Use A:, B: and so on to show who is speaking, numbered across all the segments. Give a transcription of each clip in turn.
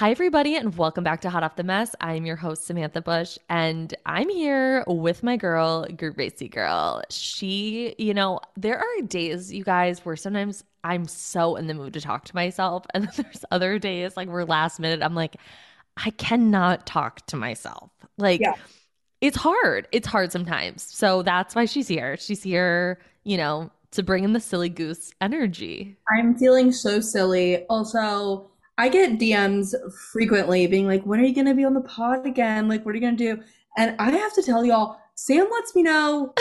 A: Hi, everybody, and welcome back to Hot Off the Mess. I'm your host, Samantha Bush, and I'm here with my girl, Gracie Girl. She, you know, there are days, you guys, where sometimes I'm so in the mood to talk to myself, and then there's other days, like we're last minute, I'm like, I cannot talk to myself. Like,
B: Yeah.
A: it's hard. It's hard sometimes. So that's why she's here. She's here, you know, to bring in the silly goose energy.
B: I'm feeling so silly. Also, I get DMs frequently being like, when are you going to be on the pod again? Like, what are you going to do? And I have to tell y'all, Sam lets me know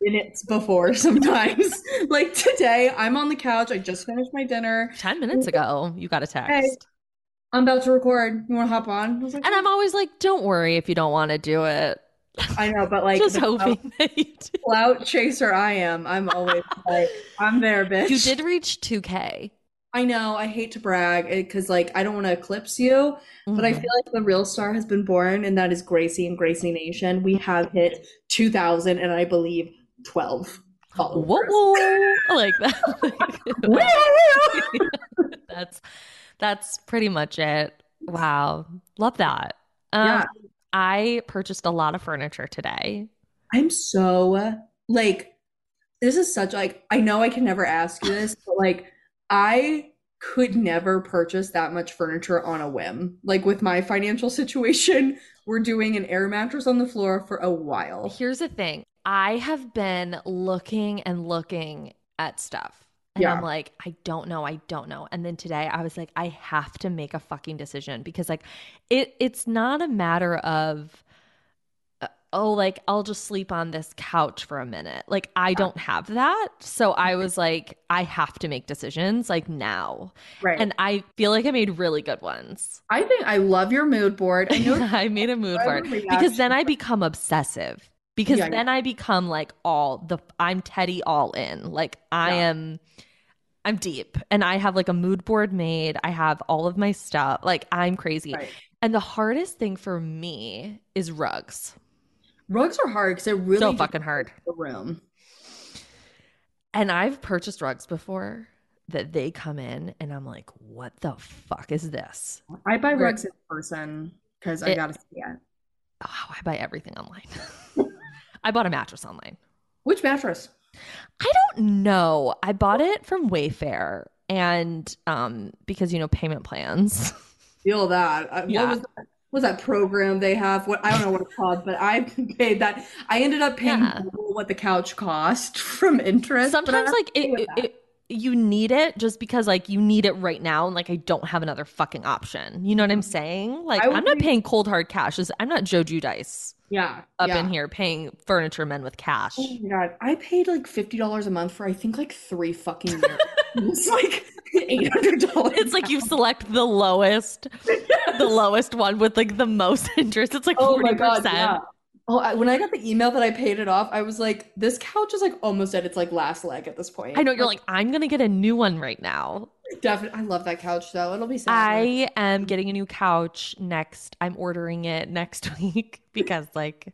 B: minutes before sometimes. like today, I'm on the couch. I just finished my dinner.
A: 10 minutes ago, you got a text.
B: I'm about to record. You want to hop on? I was like,
A: And I'm always like, don't worry if you don't want to do it.
B: I know, but like,
A: Just
B: the
A: hoping that you do.
B: clout chaser I am. I'm always like, I'm there, bitch.
A: You did reach 2K.
B: I know. I hate to brag because, like, I don't want to eclipse you. But I
A: Mhm.
B: feel like the real star has been born, and that is Gracie and Gracie Nation. We have hit 2,000 and I believe 12 followers.
A: Whoa, whoa. I like that. that's that's pretty much it. Wow. Love that. Um,
B: Yeah.
A: I purchased a lot of furniture today.
B: I'm so like, this is such like, I know I can never ask you this, but like, I could never purchase that much furniture on a whim. Like, with my financial situation, we're doing an air mattress on the floor for a while.
A: Here's the thing. I have been looking and looking at stuff. And
B: Yeah.
A: I'm like, I don't know, I don't know. And then today I was like, I have to make a fucking decision because like it it's not a matter of uh, oh like I'll just sleep on this couch for a minute. Like I don't have that. So I was like, I have to make decisions like now.
B: Right.
A: And I feel like I made really good ones.
B: I think I love your mood board. I know
A: I made a mood
B: I
A: board
B: have a
A: because then
B: reaction.
A: I become obsessive. Because
B: Yeah, yeah.
A: then I become like all the I'm Teddy all in. Like I
B: Yeah.
A: am I'm deep and I have like a mood board made. I have all of my stuff. Like I'm crazy.
B: Right.
A: And the hardest thing for me is rugs.
B: Rugs are hard because they're really
A: so
B: just
A: fucking hard.
B: the room.
A: And I've purchased rugs before that they come in and I'm like, what the fuck is this?
B: I buy
A: Right.
B: rugs in person because
A: It-
B: I gotta see it.
A: Oh, I buy everything online. I bought a mattress online.
B: Which mattress?
A: I don't know. I bought it from Wayfair and um because you know payment plans.
B: Feel that. Uh,
A: Yeah.
B: What was that? Was that program they have? What I don't know what it's called, but I paid that. I ended up paying
A: Yeah.
B: double what the couch cost from interest. but
A: Sometimes
B: I'm
A: like
B: okay with
A: it, it,
B: that.
A: it you need it just because like you need it right now and like I don't have another fucking option. You know what I'm saying? Like
B: I would
A: I'm not
B: be-
A: paying cold hard cash. This- I'm not Joe Judice
B: yeah,
A: up
B: yeah.
A: in here paying furniture men with cash.
B: Oh my God, I paid like fifty dollars a month for I think like three fucking years. It's like eight hundred dollars.
A: It's like you select the lowest the lowest one with like the most interest. It's like 40%.
B: Oh my God, yeah. Oh, I, when I got the email that I paid it off, I was like, this couch is like almost at its like last leg at this point.
A: I know you're like I'm going to get a new one right now.
B: Definitely, I love that couch though. It'll be sad.
A: I am getting a new couch next. I'm ordering it next week because like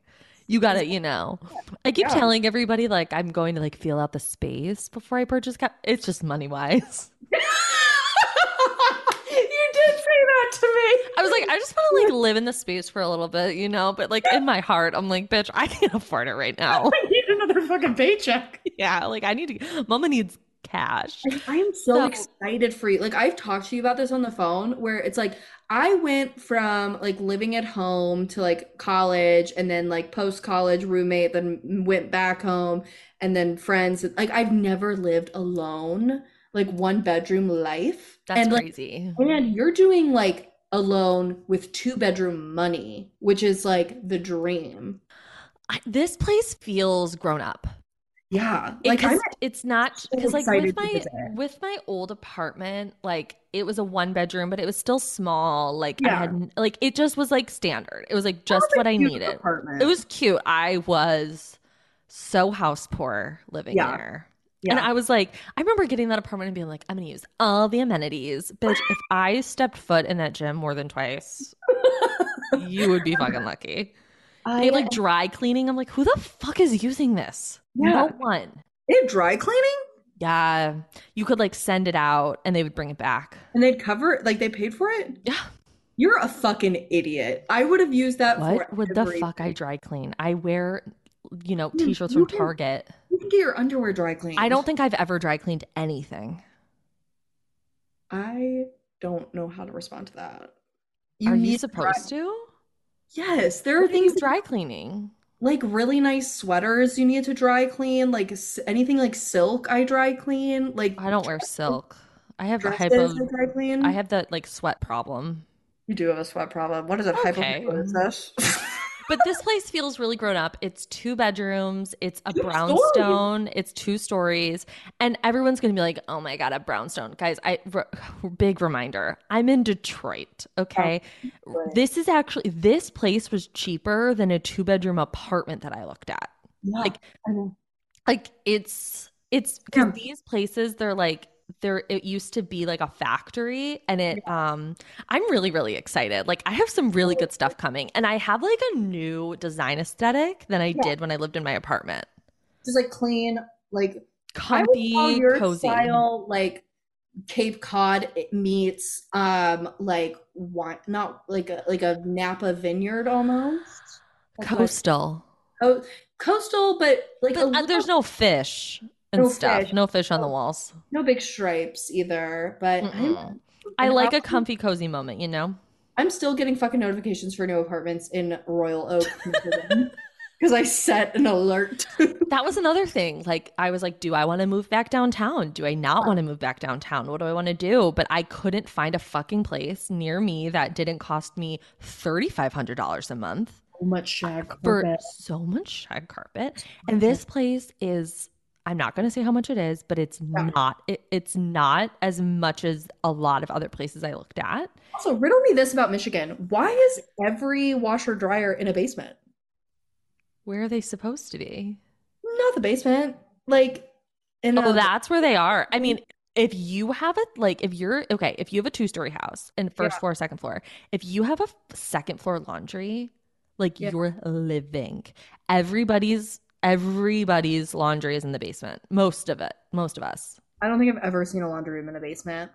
A: you gotta, you know. I keep
B: Yeah.
A: telling everybody like I'm going to like feel out the space before I purchase cou- it's just money wise.
B: you did say that to me.
A: I was like, I just wanna like live in the space for a little bit, you know, but like in my heart, I'm like, bitch, I can't afford it right now.
B: I need another fucking paycheck.
A: yeah, like I need to mama needs cash.
B: I am so
A: So-
B: excited for you. Like I've talked to you about this on the phone, where it's like I went from like living at home to like college, and then like post college roommate, then went back home, and then friends. Like I've never lived alone, like one bedroom life,
A: That's
B: and like.
A: crazy.
B: And you're doing like a loan with two bedroom money, which is like the dream.
A: I, this place feels grown up.
B: Yeah.
A: It-
B: Like
A: 'cause
B: I'm
A: it's not
B: so
A: because like with
B: excited to
A: my
B: visit.
A: with my old apartment like it was a one bedroom but it was still small like i
B: Yeah.
A: had like it just was like standard it was like just what i
B: cute
A: needed
B: apartment.
A: it was cute i was so house poor living
B: Yeah.
A: there
B: yeah.
A: and i was like i remember getting that apartment and being like i'm gonna use all the amenities bitch if i stepped foot in that gym more than twice you would be fucking lucky
B: I,
A: they had, like dry cleaning i'm like who the fuck is using this no
B: Yeah.
A: one
B: they had dry cleaning
A: yeah. You could like send it out and they would bring it back.
B: and they'd cover it, like they paid for it.
A: Yeah.
B: You're a fucking idiot. I would have used that
A: What
B: for
A: would the
B: every-
A: fuck I dry clean? I wear, you know,
B: You-
A: t-shirts
B: you
A: from
B: can-
A: Target.
B: You can get your underwear dry cleaned.
A: I don't think I've ever dry cleaned anything.
B: I don't know how to respond to that.
A: Are you
B: need to dry-
A: supposed to?
B: Yes, there are
A: What are you
B: things
A: dry cleaning?
B: like really nice sweaters you need to dry clean, like s- anything like silk I dry clean, like
A: I don't wear silk. I have a
B: dresses
A: hypo.
B: I dry clean.
A: I have that like sweat problem.
B: You do have a sweat problem. What is it?
A: Okay.
B: Hypopigmentation?
A: But this place feels really grown up. It's two bedrooms. It's a
B: Two
A: brownstone. It's two stories, and everyone's gonna be like, "Oh my god, a brownstone, guys!" I re- big reminder. I'm in Detroit. Okay,
B: Detroit.
A: this is actually this place was cheaper than a two bedroom apartment that I looked at.
B: Yeah,
A: like-
B: I know.
A: Like it's it's because
B: Yeah.
A: these places they're like there it used to be like a factory and it um I'm really really excited. Like I have some really good stuff coming and I have like a new design aesthetic than I
B: Yeah.
A: did when I lived in my apartment.
B: just like clean, like I would
A: Comfy,
B: call your
A: cozy.
B: style like Cape Cod meets um like wine, not like a, like a Napa vineyard almost. That's what-
A: Coastal.
B: co- coastal, but like a
A: But uh,
B: little,
A: there's no fish and
B: No
A: stuff.
B: fish.
A: No fish on the walls.
B: no big stripes either. But
A: Mm-mm.
B: I'm,
A: I
B: and
A: like a
B: I'm-
A: comfy cozy moment, you know?
B: I'm still getting fucking notifications for new apartments in Royal Oak, because I set an alert.
A: That was another thing. Like, I was like, do I want to move back downtown? Do I not want to move back downtown? What do I want to do? But I couldn't find a fucking place near me that didn't cost me $3,500 a month
B: much shag
A: for so much shag carpet. And this place is, I'm not going to say how much it is, but it's
B: Yeah.
A: not, it, it's not as much as a lot of other places I looked at.
B: Also, riddle me this about Michigan. Why is every washer dryer in a basement?
A: Where are they supposed to be?
B: Not the basement. Like in um,
A: Oh,
B: a
A: that's where they are. I mean, if you have a like, if you're okay, if you have a two story house and first floor, second floor, if you have a f- second floor laundry, like
B: Yeah.
A: you're living. Everybody's everybody's laundry is in the basement. Most of it. Most of us.
B: I don't think I've ever seen a laundry room in a basement.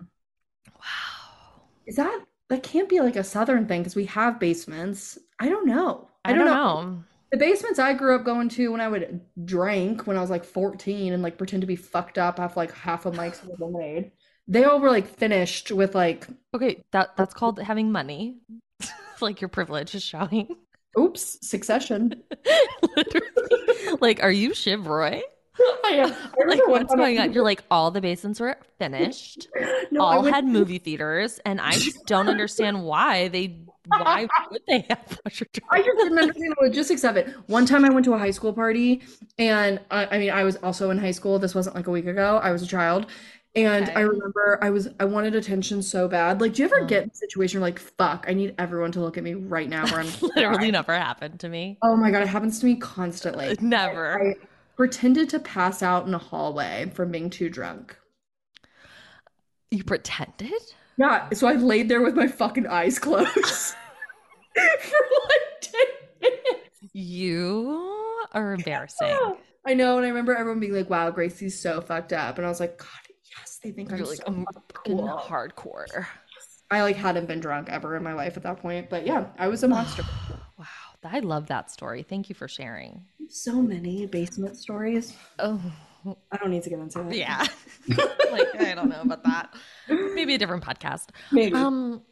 A: Wow.
B: Is that that can't be like a southern thing because we have basements. I don't know.
A: I, don't, know.
B: The basements I grew up going to when I would drink when I was like 14 and like pretend to be fucked up off like half a mic's worth of lemonade. They all were like finished with like,
A: Okay, that that's called having money. like your privilege is showing.
B: oops, succession.
A: Literally. like, are you Shiv Roy?
B: I am. I remember
A: Like,
B: one
A: what's
B: time I-
A: going on? You're like, all the basins were finished.
B: No, I
A: all
B: went
A: had
B: to-
A: movie theaters, and I just don't understand why they why would they have washer
B: I
A: dryer?
B: just didn't understand the logistics of it. One time I went to a high school party, and I, I mean, I was also in high school. This wasn't like a week ago. I was a child. And I
A: Okay.
B: remember I was I wanted attention so bad. Like, do you ever
A: Oh.
B: get in a situation where like, fuck, I need everyone to look at me right now where I'm
A: Literally never happened to me.
B: Oh my God, it happens to me constantly.
A: Never.
B: I pretended to pass out in a hallway from being too drunk.
A: You pretended?
B: Yeah, so I laid there with my fucking eyes closed for like 10 minutes.
A: You are embarrassing.
B: I know, and I remember everyone being like, "Wow, Gracie's so fucked up," and I was like, "God, yes, they think I'm
A: You're like
B: so
A: I'm
B: fucking
A: fucking
B: cool."
A: hardcore.
B: I like hadn't been drunk ever in my life at that point, but yeah, I was a monster.
A: Wow. I love that story. Thank you for sharing.
B: so many basement stories.
A: Oh
B: I don't need to get into it.
A: yeah. like I don't know about that. Maybe a different podcast.
B: Maybe.
A: Um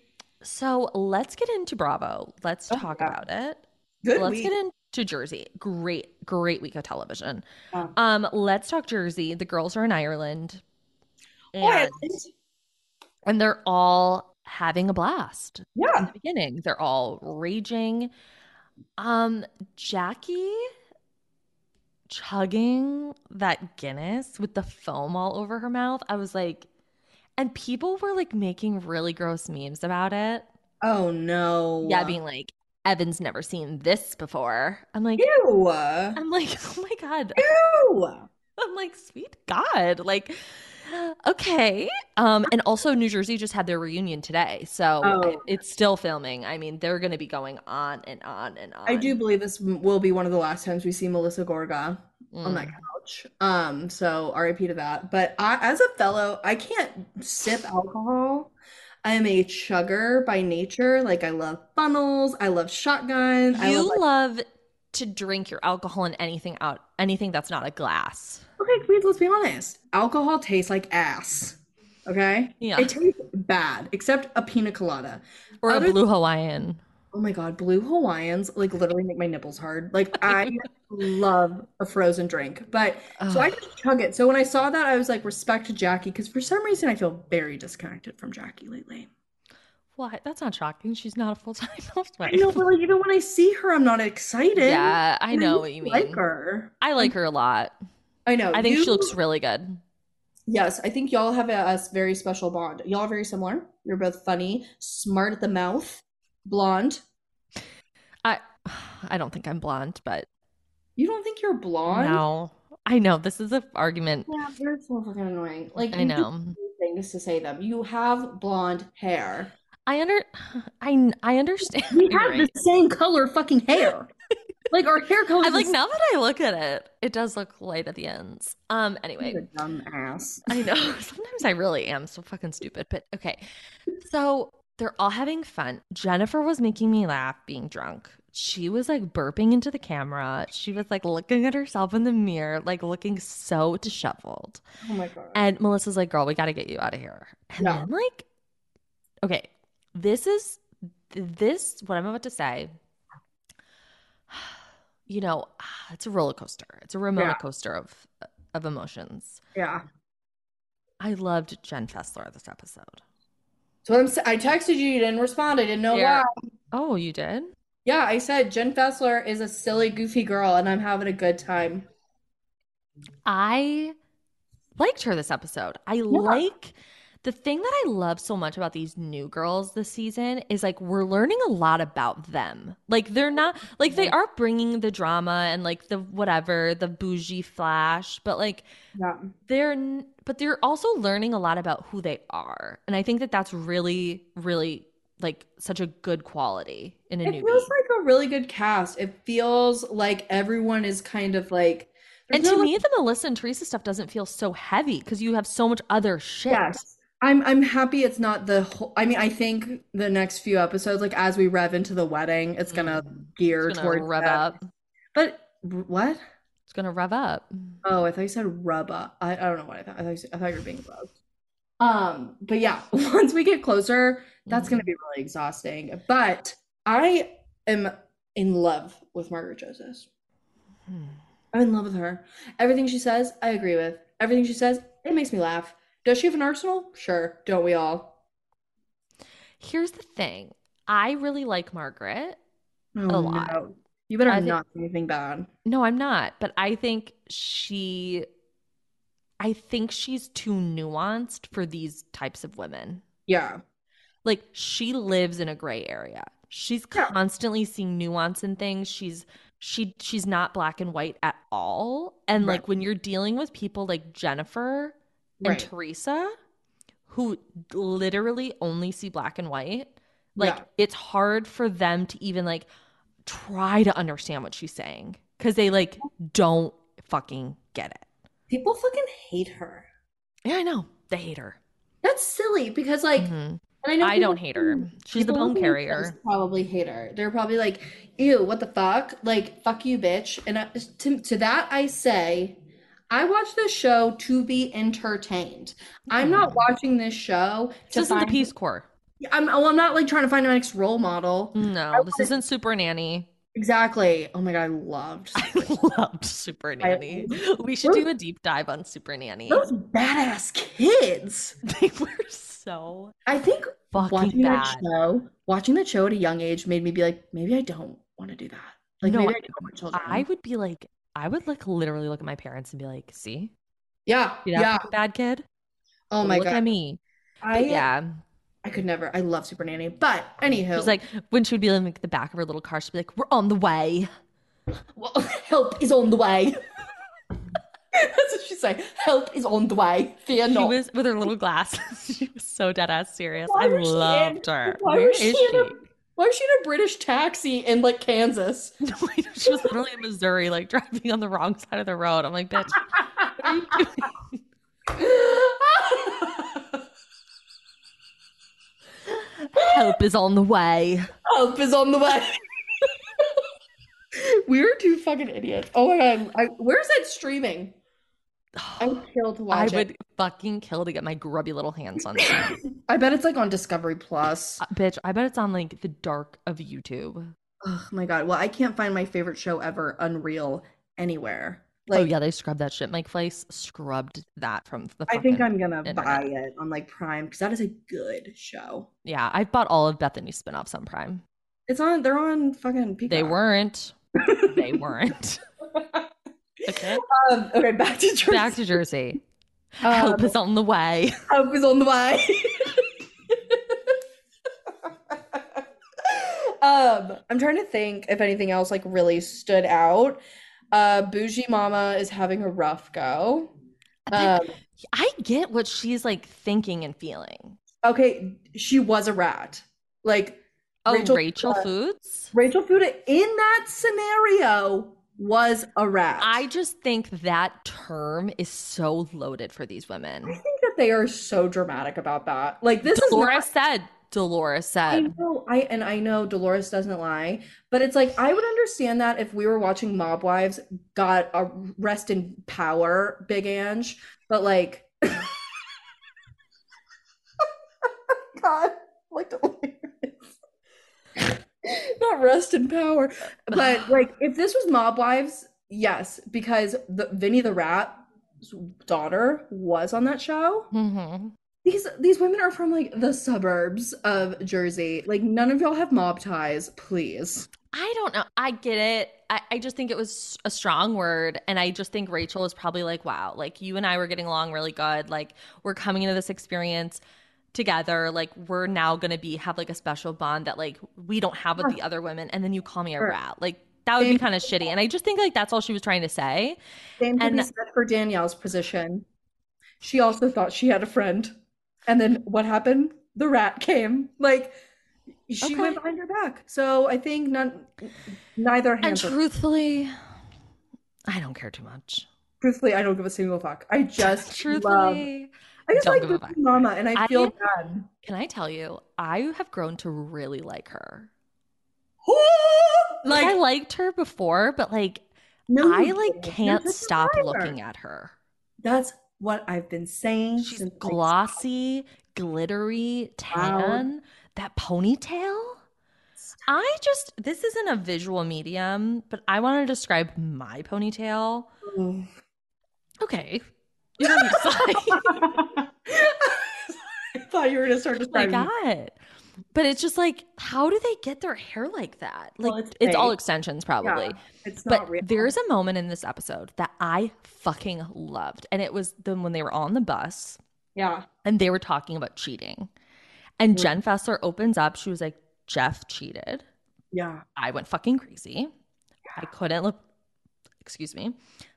A: so let's get into Bravo. Let's
B: Oh,
A: talk
B: yeah.
A: about it.
B: Good
A: let's
B: week.
A: get into Jersey. Great, great week of television.
B: Yeah.
A: Um, let's talk Jersey. The girls are in Ireland,
B: What?
A: and, and they're all having a blast. In
B: Yeah.
A: the beginning, they're all raging. Um, Jackie chugging that Guinness with the foam all over her mouth. I was like, and people were like making really gross memes about it.
B: Oh no.
A: Yeah, being like, Evan's never seen this before. I'm like,
B: Ew.
A: I'm like, oh my God.
B: Ew.
A: I'm like, sweet God. Like, okay. Um, and also New Jersey just had their reunion today. So
B: Oh.
A: it's still filming. I mean, they're gonna be going on and on and on.
B: I do believe this will be one of the last times we see Melissa Gorga. on that
A: Mm.
B: couch. Um, so RIP to that. But I, as a fellow, I can't sip alcohol. I am a chugger by nature. Like I love funnels. I love shotguns. I love
A: You
B: like,
A: love to drink your alcohol in anything out, anything that's not a glass.
B: okay, please, let's be honest. Alcohol tastes like ass. Okay?
A: Yeah.
B: It tastes bad, except a pina colada.
A: Or a
B: other-
A: blue Hawaiian.
B: Oh my God, blue Hawaiians like literally make my nipples hard. Like I love a frozen drink, but so I
A: Ugh.
B: just chug it. So when I saw that, I was like, respect to Jackie, because for some reason I feel very disconnected from Jackie lately.
A: Why? That's not shocking. She's not a full time
B: I
A: housewife.
B: know, but like even when I see her, I'm not excited.
A: Yeah, I
B: And
A: know
B: used
A: what you
B: to Like
A: mean.
B: her,
A: I like her a lot.
B: I know.
A: I think
B: you-
A: she looks really good.
B: Yes, I think y'all have a, a very special bond. Y'all are very similar. You're both funny, smart at the mouth, blonde.
A: I don't think I'm blonde, but
B: You don't think you're blonde?
A: no. I know this is an argument.
B: Yeah, you're so freaking annoying. Like
A: I
B: you do
A: know.
B: things to say them. You have blonde hair.
A: I under I I understand.
B: We
A: You're
B: have
A: right.
B: the same color fucking hair. like our hair color
A: I
B: is
A: like
B: the
A: now that I look at it, it does look light at the ends. Um anyway,
B: same. You dumbass.
A: I know. Sometimes I really am so fucking stupid, but okay. So they're all having fun. Jennifer was making me laugh being drunk. She was like burping into the camera. She was like looking at herself in the mirror, like looking so disheveled.
B: Oh my god.
A: And Melissa's like, girl, we got to get you out of here. And
B: Yeah.
A: then, like, okay, this is this, what I'm about to say. You know, it's a roller coaster. It's a Ramona
B: Yeah.
A: coaster of of emotions.
B: yeah.
A: I loved Jen Fessler this episode.
B: So I'm, s- I texted you. You didn't respond. I didn't know
A: Yeah.
B: why.
A: Oh, you did?
B: Yeah, I said Jen Fessler is a silly, goofy girl, and I'm having a good time.
A: I liked her this episode. I like the thing that I love so much about these new girls this season is like we're learning a lot about them. Like they're not like they are bringing the drama and like the whatever, the bougie flash, but like
B: Yeah.
A: they're n- but they're also learning a lot about who they are. And I think that that's really really like such a good quality in a
B: It
A: newbie.
B: feels like a really good cast. It feels like everyone is kind of like.
A: And
B: there's
A: to
B: no,
A: me, the Melissa and Teresa stuff doesn't feel so heavy because you have so much other shit.
B: Yes. I'm I'm happy it's not the whole I mean I think the next few episodes like as we rev into the wedding it's gonna
A: Mm.
B: gear
A: It's gonna
B: towards
A: rev
B: that.
A: up.
B: But r- what?
A: It's gonna rev up.
B: Oh, I thought you said rubber. I, I don't know what I thought. I thought, you, said- I thought you were being gross. Um, but yeah, once we get closer, that's gonna be really exhausting. But I am in love with Margaret Josephs.
A: Hmm.
B: I'm in love with her. Everything she says, I agree with. Everything she says, it makes me laugh. Does she have an arsenal? Sure, don't we all?
A: Here's the thing. I really like Margaret.
B: Oh,
A: A lot.
B: no. You better
A: I think-
B: not do anything bad.
A: No, I'm not. But I think she, I think she's too nuanced for these types of women.
B: Yeah.
A: Like she lives in a gray area. She's
B: Yeah.
A: constantly seeing nuance in things. She's she she's not black and white at all. And
B: Right.
A: like when you're dealing with people like Jennifer, and
B: Right.
A: Teresa, who literally only see black and white, like
B: Yeah.
A: it's hard for them to even like try to understand what she's saying because they like don't fucking get it.
B: People fucking hate her.
A: Yeah, I know they hate her.
B: That's silly because like
A: Mhm.
B: and I know
A: I
B: people
A: don't hate her. She's the
B: people
A: bone
B: listening to this
A: carrier.
B: Probably hate her. They're probably like, "Ew, what the fuck? Like, fuck you, bitch." And I, to to that, I say, I watch this show to be entertained. I'm not
A: Mhm.
B: watching this show to
A: This isn't the
B: find.
A: Peace Corps.
B: I'm well, I'm not like trying to find my next role model.
A: No, this isn't Super Nanny.
B: Exactly. Oh my god, I loved.
A: I loved Super Nanny. We should do a deep dive on Super Nanny.
B: Those badass kids.
A: They were so
B: I think
A: fucking
B: watching
A: bad.
B: that show, watching that show at a young age made me be like, maybe I don't want to do that. Like
A: No,
B: maybe I don't want children.
A: I would be like, I would like literally look at my parents and be like, see,
B: yeah,
A: you know,
B: yeah.
A: bad kid.
B: Oh my
A: look at
B: god.
A: me.
B: I
A: But yeah.
B: I could never. I love Super Nanny. But anywho,
A: It was like when she would be in like, the back of her little car, she'd be like, we're on the way.
B: well, help is on the way. That's what she said. Help is on the way. Fear
A: She
B: not.
A: was with her little glasses. she was so dead ass serious.
B: Why
A: I
B: was she in-
A: loved her.
B: why
A: Where
B: was
A: is
B: she in a-
A: she?
B: Why is she in a British taxi in like Kansas?
A: No, I know, she was literally in Missouri, like driving on the wrong side of the road. I'm like, bitch, what are you doing? Hope is on the way.
B: Help is on the way. we are two fucking idiots. Oh my god, I, where's that streaming? I would kill to
A: I
B: watch
A: would
B: it.
A: fucking kill to get my grubby little hands on that.
B: I bet it's like on Discovery Plus.
A: Uh, Bitch, I bet it's on like the dark of YouTube.
B: Oh my god. Well, I can't find my favorite show ever, Unreal, anywhere.
A: oh yeah, they scrubbed that shit. Mike Fleiss scrubbed that from the.
B: I think
A: fucking-
B: I'm gonna
A: internet.
B: buy it on like Prime because that is a good show.
A: Yeah, I've bought all of Bethany's spinoffs on Prime.
B: It's on. They're on fucking. Peacock.
A: They weren't. They weren't. Okay.
B: um, okay, back to Jersey.
A: Back to Jersey.
B: Um,
A: Hope is on the way.
B: Hope is on the way. um, I'm trying to think if anything else like really stood out. Uh, Bougie Mama is having a rough go. Um,
A: I get what she's like thinking and feeling.
B: Um, okay, she was a rat. Like
A: Oh, Rachel,
B: Rachel- uh,
A: Foods.
B: Rachel Fuda in that scenario was a rat.
A: I just think that term is so loaded for these
B: I
A: women.
B: think that they are so dramatic about that. Like this is not-
A: Dolores said. Dolores
B: I
A: said.
B: know, I and I know Dolores doesn't lie, but it's like I would understand that if we were watching Mob Wives, got a rest in power, Big Ange, but like, God, like Dolores, not rest in power, but like if this was Mob Wives, yes, because the Vinny the Rat's daughter was on that show
A: hmm
B: these these women are from like the suburbs of Jersey. Like none of y'all have mob ties, please.
A: I don't know. I get it. I, I just think it was a strong word. And I just think Rachel is probably like, wow, like you and I were getting along really good. Like we're coming into this experience together. Like we're now going to be have like a special bond that like we don't have with the other women. And then you call me a
B: Sure.
A: rat. Like that would be
B: Same.
A: kind of shitty. And I just think like that's all she was trying to say.
B: Same can be
A: And-
B: said for Danielle's position. She also thought she had a friend, and then what happened? The rat came. Like she
A: Okay.
B: went behind her back. So I think none, neither
A: And
B: hands. Are,
A: truthfully, I don't care too much.
B: truthfully, I don't give a single fuck. I just love.
A: Truthfully.
B: I just
A: don't
B: like
A: give a
B: Bougie
A: fuck.
B: Mama, and I
A: I-
B: feel bad.
A: Can I tell you, I have grown to really like her. Like,
B: like
A: I liked her before, but like
B: no,
A: I
B: you
A: like
B: didn't. You're
A: can't
B: such a
A: stop
B: liar.
A: looking at her.
B: That's what I've been saying.
A: She's
B: since I
A: glossy, glittery, tan, that ponytail. I just this isn't a visual medium, but I want to describe my ponytail.
B: Oh.
A: Okay. You know what I'm saying?
B: I thought you were gonna start
A: my
B: describing.
A: god. But it's just like, how do they get their hair like that? Like
B: Well, it's
A: it's, all
B: fake.
A: extensions probably.
B: Yeah, it's not
A: But
B: real.
A: there's a moment in this episode that I fucking loved. And it was the when they were on the bus
B: yeah.
A: and they were talking about cheating. And
B: Mhm.
A: Jen Fessler opens up. She was like, Jeff cheated.
B: Yeah.
A: I went fucking crazy. I couldn't live. Excuse me.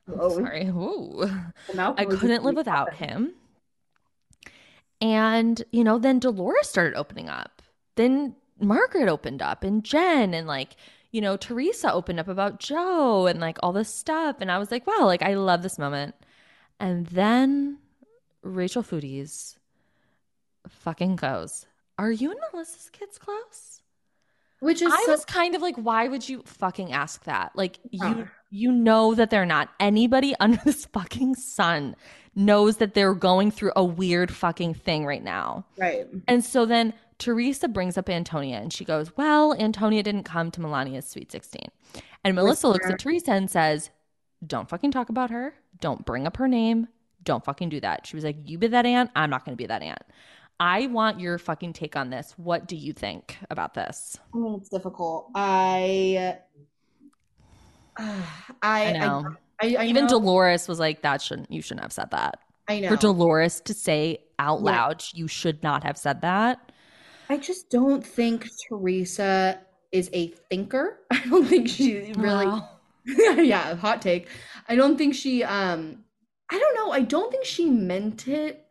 B: Oh.
A: Sorry. Ooh.
B: The mouth
A: I
B: noises
A: couldn't live
B: we
A: without
B: have.
A: him. And, you know, then Dolores started opening up. Then Margaret opened up and Jen and like, you know, Teresa opened up about Joe and like all this stuff. And I was like, wow, like I love this moment. And then Rachel Foodies fucking goes, Are you and Melissa's kids close?
B: Which is
A: I
B: so
A: was kind of like, why would you fucking ask that? Like
B: Yeah.
A: you you know that they're not. Anybody under this fucking sun knows that they're going through a weird fucking thing right now.
B: right.
A: And so then Teresa brings up Antonia and she goes, Well, Antonia didn't come to Melania's sweet 16. And Melissa looks
B: Listener.
A: at Teresa and says, Don't fucking talk about her. Don't bring up her name. Don't fucking do that. She was like, You be that aunt. I'm not going to be that aunt. I want your fucking take on this. What do you think about this?
B: I mean, it's difficult. I. I,
A: I know.
B: I, I
A: Even
B: know-
A: Dolores was like, "That shouldn't. You shouldn't have said that."
B: I know.
A: For Dolores to say out
B: Yeah.
A: loud, "You should not have said that."
B: I just don't think Teresa is a thinker. I don't think she really.
A: Wow.
B: yeah, hot take. I don't think she um I don't know. I don't think she meant it.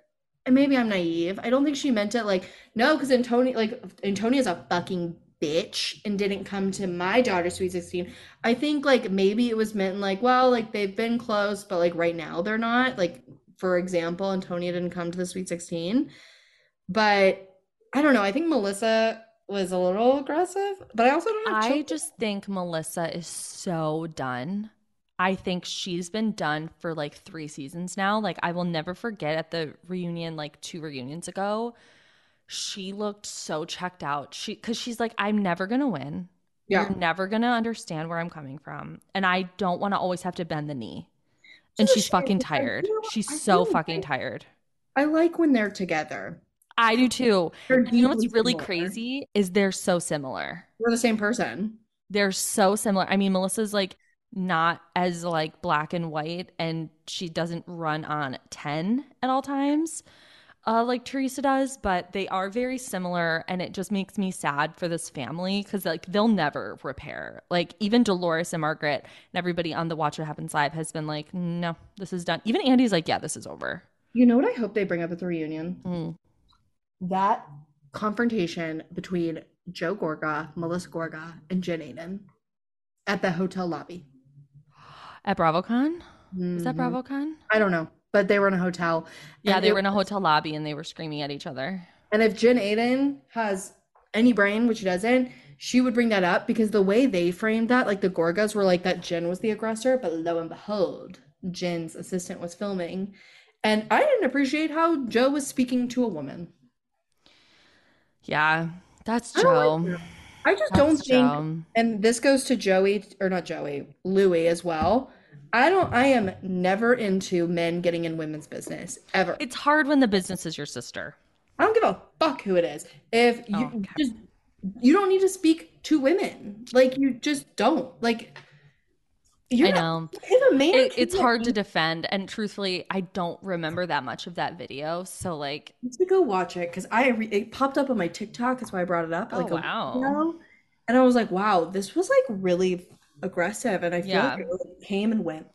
B: And maybe I'm naive. I don't think she meant it like no, because Antonia like Antonia's a fucking bitch and didn't come to my daughter's sweet 16. I think like maybe it was meant like, well, like they've been close, but like right now they're not. Like, for example, Antonia didn't come to the sweet 16. But I don't know. I think Melissa was a little aggressive, but I also don't know. if
A: I
B: Chelsea-
A: just think Melissa is so done. I think she's been done for like three seasons now. Like, I will never forget at the reunion, like two reunions ago, she looked so checked out. She, cause she's like, I'm never gonna win.
B: yeah.
A: You're never gonna understand where I'm coming from. And I don't wanna always have to bend the knee. And
B: So
A: she's
B: she-
A: fucking
B: I
A: tired.
B: feel-
A: She's
B: I
A: so
B: feel
A: fucking
B: like-
A: tired.
B: I like when they're together.
A: I do too.
B: They're
A: And you know what's
B: deeply
A: really
B: similar.
A: crazy is they're so similar.
B: We're the same person.
A: they're so similar. I mean, Melissa's like not as like black and white and she doesn't run on 10 at all times uh like Teresa does, but they are very similar and it just makes me sad for this family cuz like they'll never repair. Like even Dolores and Margaret and everybody on the Watch What Happens Live has been like, "No, this is done." Even Andy's like, "Yeah, this is over."
B: You know what I hope they bring up at the reunion?
A: Mm.
B: That confrontation between Joe Gorga, Melissa Gorga, and Jen Aiden at the hotel lobby.
A: At BravoCon? Was that
B: Mhm.
A: BravoCon?
B: I don't know, but they were in a hotel.
A: Mm-hmm. Yeah,
B: And
A: they
B: it
A: were in a
B: was-
A: hotel lobby and they were screaming at each other.
B: And if Jen Aiden has any brain, which she doesn't, she would bring that up because the way they framed that, like the Gorgas were like that Jen was the aggressor, but lo and behold, Jen's assistant was filming. And I didn't appreciate how Joe was speaking to a woman.
A: Yeah, that's
B: I don't
A: Joe.
B: like Joe. I just don't
A: That's
B: think,
A: Joe.
B: and this goes to Joey, or not Joey, Louie as well. I don't, I am never into men getting in women's business ever.
A: It's hard when the business is your sister.
B: I don't give a fuck who it is. If you
A: Oh, okay.
B: just you don't need to speak to women. Like you just don't. Like you're
A: I
B: not-
A: know.
B: if a man
A: It, it's
B: treats a
A: hard to
B: woman-
A: defend. And truthfully, I don't remember that much of that video. So, like,
B: You should go watch it because I re- it popped up on my TikTok. That's why I brought it up.
A: Oh,
B: like a week
A: wow.
B: ago. and I was like, wow, this was like really aggressive, and I feel like
A: Yeah.
B: it really came and went.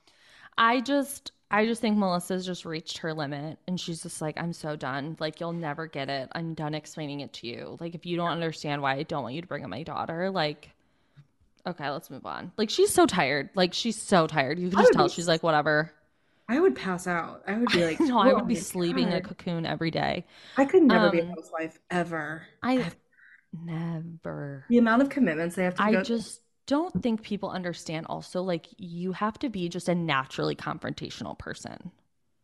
A: I just. I just think Melissa's just reached her limit and she's just like, I'm so done. Like, you'll never get it. I'm done explaining it to you. Like, if you don't understand why I don't want you to bring up my daughter, like, okay, let's move on. Like, she's so tired. Like, she's so tired. You can
B: I
A: just
B: would
A: tell
B: be-
A: she's like, whatever.
B: I would pass out. I would be like,
A: no, I
B: oh
A: would be
B: my
A: sleeping in a
B: God.
A: cocoon every day.
B: I could never be
A: um,
B: a housewife ever.
A: I never.
B: The amount of commitments they have to
A: I
B: go.
A: just don't think people understand also like you have to be just a naturally confrontational person.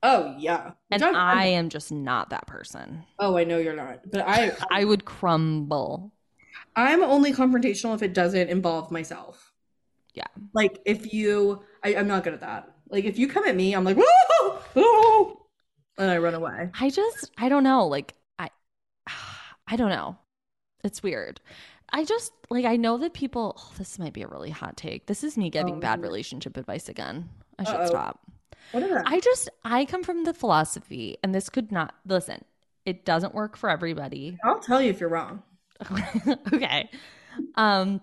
B: oh yeah,
A: And
B: Don't-
A: I am just not that person.
B: Oh, I know you're not, but I
A: I would crumble.
B: I'm only confrontational if it doesn't involve myself.
A: Yeah.
B: Like if you I, I'm not good at that. Like if you come at me, I'm like, whoa, whoa, and I run away.
A: I just I don't know. Like I I don't know. It's weird. I just like I know that people oh, this might be a really hot take. This is me giving
B: Oh,
A: bad
B: no.
A: relationship advice again. I should
B: Uh-oh.
A: stop.
B: What is that?
A: I just I come from the philosophy and this could not listen. It doesn't work for everybody.
B: I'll tell you if you're wrong.
A: okay. Um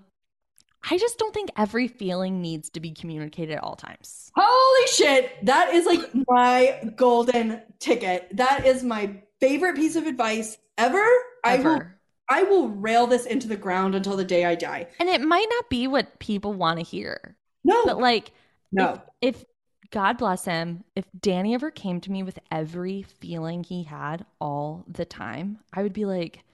A: I just don't think every feeling needs to be communicated at all times.
B: Holy shit. That is like my golden ticket. That is my favorite piece of advice ever. I will
A: Ever.
B: I will rail this into the ground until the day I die.
A: And it might not be what people want to hear.
B: No,
A: But like
B: no.
A: if God bless him, if Danny ever came to me with every feeling he had all the time, I would be like,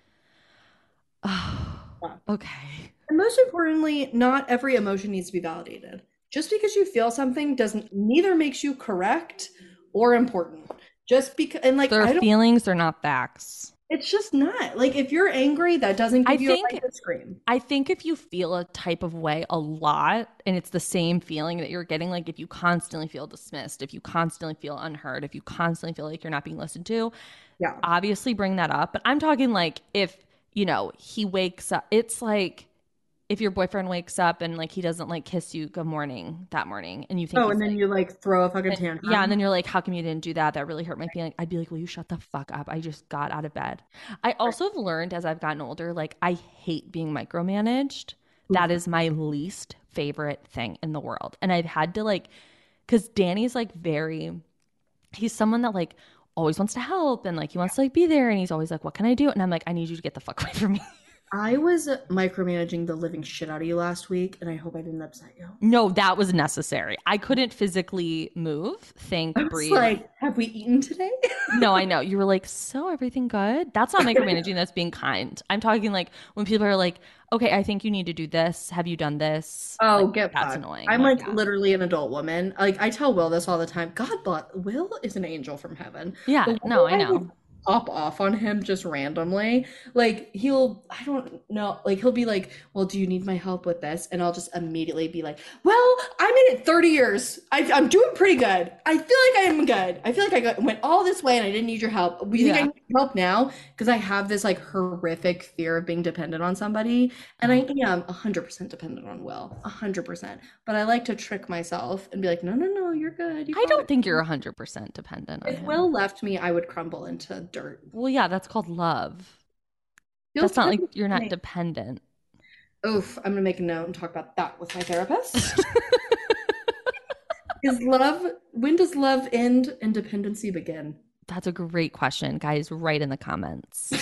A: oh,
B: Wow.
A: okay.
B: And most importantly, not every emotion needs to be validated. Just because you feel something doesn't neither makes you correct or important. Just because and like I
A: Their
B: don't
A: feelings are not facts.
B: it's just not. Like if you're angry, that doesn't give
A: I
B: you
A: think-
B: a right to scream.
A: I think if you feel a type of way a lot and it's the same feeling that you're getting, like if you constantly feel dismissed, if you constantly feel unheard, if you constantly feel like you're not being listened to,
B: Yeah.
A: obviously bring that up. But I'm talking like if, you know, he wakes up, it's like if your boyfriend wakes up and like he doesn't like kiss you good morning that morning and you think,
B: Oh,
A: he's,
B: and then
A: like-
B: you like throw a fucking tantrum.
A: yeah, and then you're like, how come you didn't do that? That really hurt my feeling. I'd be like, will you shut the fuck up? I just got out of bed. I also have learned as I've gotten older, like, I hate being micromanaged. That is my least favorite thing in the world. And I've had to, like, because Danny's like very, he's someone that, like, always wants to help and like he wants to like be there and he's always like what can i do and i'm like i need you to get the fuck away from me
B: I was micromanaging the living shit out of you last week, and I hope I didn't upset you.
A: No, that was necessary. I couldn't physically move, think,
B: I was
A: breathe.
B: like, have we eaten today?
A: no, I know. You were like, so everything good? That's not micromanaging. That's being kind. I'm talking like when people are like, okay, I think you need to do this. Have you done this?
B: Oh,
A: Like,
B: get
A: that's
B: fucked.
A: annoying.
B: I'm like
A: yeah.
B: literally an adult woman. Like I tell Will this all the time. God, but Will is an angel from heaven.
A: yeah,
B: the
A: no,
B: way
A: I
B: I
A: know.
B: would- Pop off on him just randomly. Like he'll, I don't know. Like he'll be like, "Well, do you need my help with this?" And I'll just immediately be like, "Well, I'm in it 30 years. I, I'm doing pretty good. I feel like I am good. I feel like I got, went all this way and I didn't need your help. We think I
A: Yeah.
B: need help now because I have this like horrific fear of being dependent on somebody, and I
A: Mm-hmm.
B: am 100% dependent on Will, 100%. But I like to trick myself and be like, "No, no, no, you're good. You
A: I
B: got
A: don't
B: it."
A: think you're 100% dependent on
B: If
A: him.
B: Will left me, I would crumble into dirt.
A: Well, yeah, that's called love.
B: Feels
A: that's not like
B: good.
A: you're not
B: nice.
A: dependent.
B: Oof, I'm gonna make a note and talk about that with my therapist. Is love when does love end and dependency begin?
A: That's a great question, guys. Write in the comments.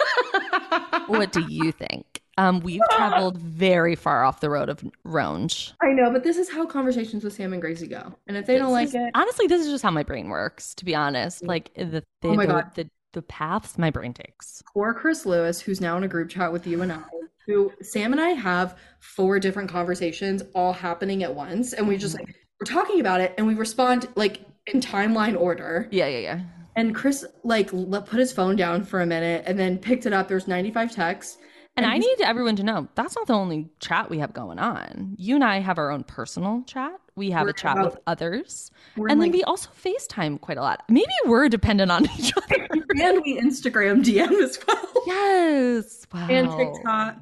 A: what do you think? Um, we've traveled very far off the road of Ronge.
B: I know, but this is how conversations with Sam and Gracie go. And if they don't like
A: This is-
B: it,
A: Honestly, this is just how my brain works, to be honest. Like the the,
B: Oh my
A: the,
B: God.
A: the the paths my brain takes.
B: poor Chris Lewis, who's now in a group chat with you and I, who Sam and I have four different conversations all happening at once, and we just
A: Mm-hmm.
B: like we're talking about it and we respond like in timeline order.
A: Yeah, yeah, yeah.
B: And Chris like le- put his phone down for a minute and then picked it up. There's 95 texts.
A: And
B: And
A: I
B: he's-
A: need everyone to know that's not the only chat we have going on. You and I have our own personal chat. We have
B: We're
A: a chat
B: about-
A: with others.
B: We're
A: And
B: like,
A: then we also FaceTime quite a lot. Maybe we're dependent on each other.
B: and we Instagram DM as well
A: yes. Wow.
B: and TikTok.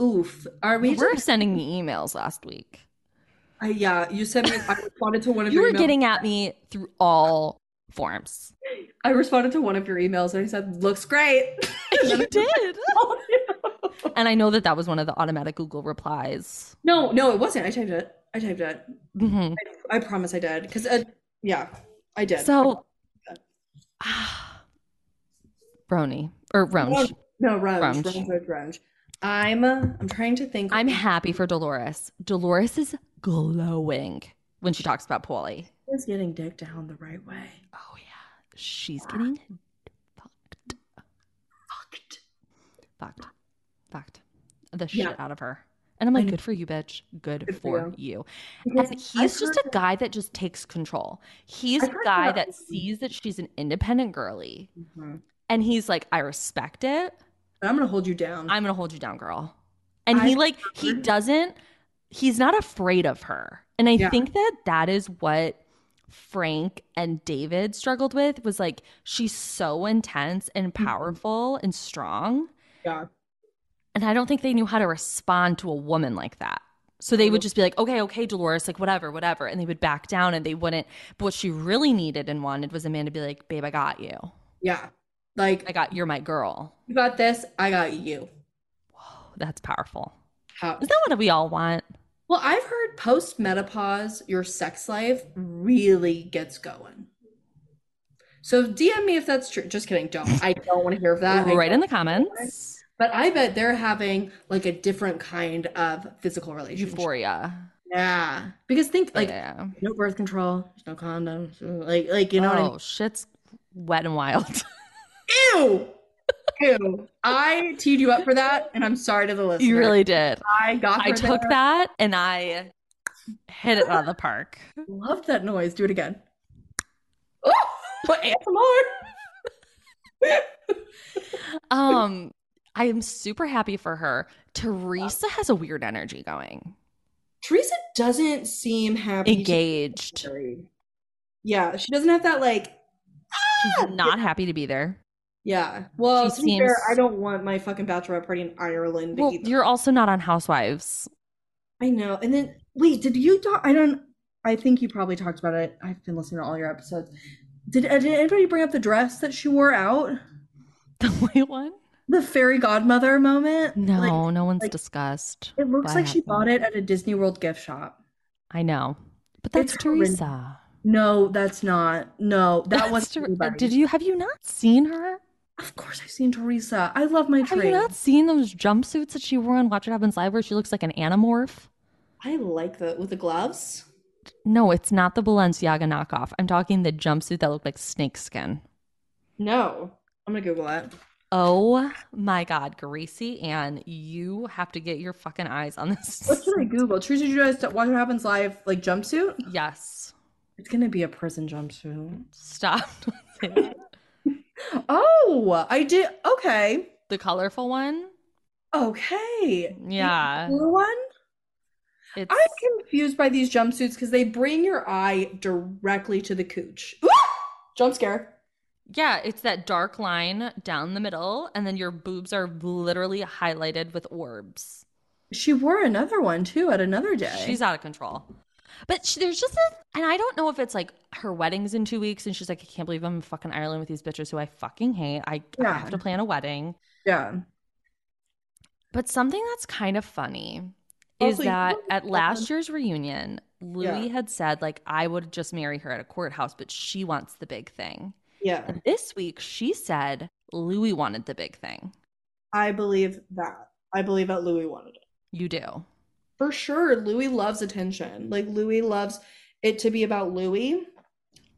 B: Oof, are we?
A: We were
B: just-
A: sending me emails last week.
B: I- yeah, you sent me. I responded to one of
A: You
B: your
A: were
B: emails.
A: getting at me through all forms.
B: I responded to one of your emails and I said, "Looks great."
A: You did. And I know that that was one of the automatic Google replies.
B: no, no, it wasn't. I typed it. I typed it.
A: Mhm.
B: I promise I did. Because uh, yeah, I did.
A: So, ah, Roni or Ronge.
B: no, grunge,
A: Grunge.
B: grunge, grunge, grunge. I'm. uh, I'm trying to think.
A: I'm happy for Dolores. Dolores is glowing when she talks about Polly.
B: Is getting dick down the right way.
A: Oh yeah, she's getting fucked,
B: Fucked.
A: fucked, fucked the shit
B: Yeah.
A: out of her. And I'm
B: I
A: like,
B: know.
A: good for you, bitch. Good,
B: Good for
A: for you.
B: Because
A: And he's
B: I've
A: just a guy that just takes control. He's
B: I've
A: a
B: heard
A: guy
B: that.
A: that sees that she's an independent girly,
B: Mhm.
A: and he's like, I respect it.
B: I'm gonna hold you down.
A: I'm gonna hold you down, girl. And he
B: I've
A: like he
B: heard-
A: doesn't he's not afraid of her. And I
B: Yeah.
A: think that that is what Frank and David struggled with was like she's so intense and powerful and strong
B: Mm-hmm. yeah.
A: and I don't think they knew how to respond to a woman like that. So they would just be like, okay, okay, Dolores, like whatever, whatever. And they would back down and they wouldn't. But what she really needed and wanted was a man to be like, babe, I got you.
B: Yeah. Like
A: I got, you're my girl.
B: you got this, I got you.
A: Whoa, that's powerful.
B: How
A: Is that what we all want?
B: well I've heard post menopause your sex life really gets going. So DM me if that's true. Just kidding, don't. I don't want to hear of that. I
A: right in
B: don't.
A: the comments.
B: but I bet they're having like a different kind of physical relationship.
A: Euphoria.
B: Yeah. Because think like
A: yeah.
B: no birth control, there's no condoms. Like like you know what I mean?
A: oh, shit's wet and wild. Oh.
B: Ew. Ew. I teed you up for that, and I'm sorry to the listeners.
A: you really did.
B: I got.
A: I
B: her
A: took
B: there.
A: that and I hit it out of the park.
B: Loved that noise. Do it again. Oh, but ASMR.
A: Um, I am super happy for her. Teresa has a weird energy going.
B: Teresa doesn't seem happy. to be
A: Engaged.
B: married. Yeah, she doesn't have that like. Ah!
A: She's not happy to be there.
B: Yeah. Well,
A: She
B: to be fair,
A: seems-
B: I don't want my fucking bachelorette party in Ireland.
A: Well,
B: either.
A: you're also not on Housewives.
B: I know. And then wait, did you talk? I don't. I think you probably talked about it. I've been listening to all your episodes. Did, uh, did anybody bring up the dress that she wore out?
A: The white one?
B: The fairy godmother moment?
A: No,
B: Like,
A: no one's
B: like-
A: discussed.
B: it looks
A: What
B: like she
A: happened?
B: bought it at a Disney World gift shop.
A: I know, but
B: It's
A: that's
B: horrendous.
A: Teresa.
B: No, that's uh, not. No, that
A: That's
B: wasn't
A: Ter-
B: anybody.
A: Did you have you not seen her?
B: Of course, I've seen Teresa. I love my
A: Have you
B: train.
A: not seen those jumpsuits that she wore on Watch What Happens Live where she looks like an animorph?
B: I like the with the gloves.
A: No, it's not the Balenciaga knockoff. I'm talking the jumpsuit that looked like snakeskin.
B: No, I'm gonna Google it.
A: Oh my God, Gracie Ann, you have to get your fucking eyes on this.
B: What should I Google? Teresa Judice, Watch What Happens Live, like jumpsuit.
A: Yes.
B: It's gonna be a prison jumpsuit.
A: Stop. Don't say that.
B: Oh, I did. Okay,
A: the colorful one?
B: okay.
A: Yeah.
B: Blue one.
A: It's
B: I'm confused by these jumpsuits because they bring your eye directly to the cooch. Ooh! Jump scare.
A: yeah, it's that dark line down the middle, and then your boobs are literally highlighted with orbs.
B: She wore another one too at another day.
A: She's out of control. But she, there's just a, and I don't know if it's like her wedding's in two weeks, and she's like, I can't believe I'm in fucking Ireland with these bitches who I fucking hate. I, I have
B: Yeah.
A: to plan a wedding.
B: yeah.
A: But something that's kind of funny is
B: Also, you
A: that
B: know-
A: at last year's reunion, Louis had said, like, I would just marry her at a courthouse, but she wants the big thing.
B: Yeah.
A: And this week, she said Louis wanted the big thing.
B: I believe that. I believe that Louis wanted it.
A: You do.
B: For sure, Louis loves attention. Like Louis loves it to be about Louis.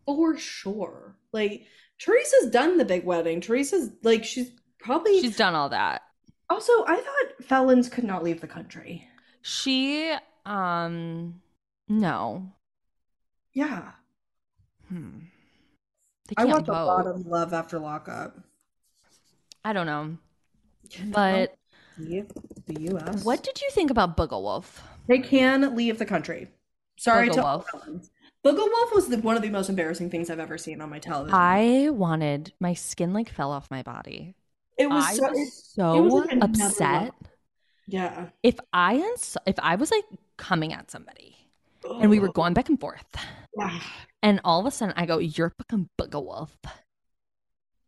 B: For sure. Like Teresa's done the big wedding. Teresa's like she's probably
A: She's done all that.
B: also I thought felons could not leave the country.
A: She, um, no.
B: Yeah.
A: Hmm. They
B: I
A: can't
B: watched a lot
A: vote.
B: of love after lockup.
A: I don't know. But
B: the US.
A: what did you think about Boogalwolf?
B: They can leave the country. Sorry to all
A: Boogaloo.
B: felons. Boogaloo was the, one of the most embarrassing things I've ever seen on my television.
A: I wanted my skin like fell off my body.
B: it was
A: I
B: so
A: was
B: it
A: so
B: was like another
A: upset.
B: level. yeah.
A: If I ins- if I was like coming at somebody and we were
B: Ugh.
A: going back and forth,
B: Yeah.
A: and all of a sudden I go, "You're fucking Boogaloo."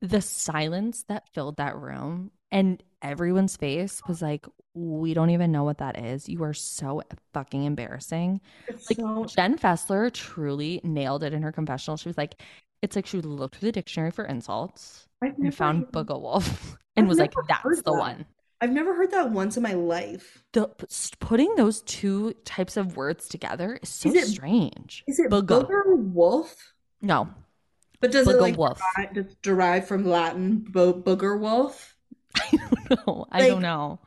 A: The silence that filled that room and everyone's face was like, "We don't even know what that is. You are so fucking embarrassing."
B: It's
A: Like,
B: so
A: Jen Fessler truly nailed it in her confessional. She was like, "It's like she looked through the dictionary for insults
B: I've
A: and
B: never
A: found
B: heard-
A: Boogaloo and
B: I've
A: was like,
B: never
A: "That's
B: heard
A: the
B: that.
A: one."
B: I've never heard that once in my life.
A: the s- putting those two types of words together is so
B: Is it-
A: strange.
B: Is it
A: Boogaloo.
B: booger wolf?
A: No,
B: But does it like
A: Boogaloo.
B: derive, does it derive from Latin bo- booger wolf?
A: I don't know. I don't
B: Like-
A: know.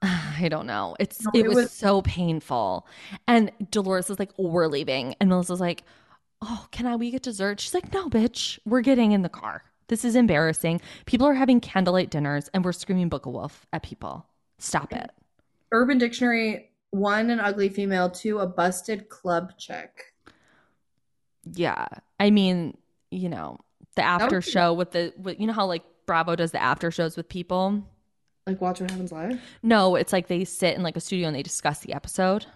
A: I don't know. It's
B: No,
A: it
B: it
A: was,
B: was-
A: so painful. And Dolores is like, "We're leaving," and Melissa's like, "Oh, can I? We get dessert?" She's like, "No, bitch. We're getting in the car. This is embarrassing. People are having candlelight dinners, and we're screaming Boogaloo at people. Stop it."
B: Urban Dictionary one an ugly female, two a busted club chick.
A: Yeah. I mean, you know, the
B: would
A: after
B: be-
A: show with the with, you know how like Bravo does the after shows with people?
B: Like watch what happens live.
A: No, it's like they sit in like a studio and they discuss the episode.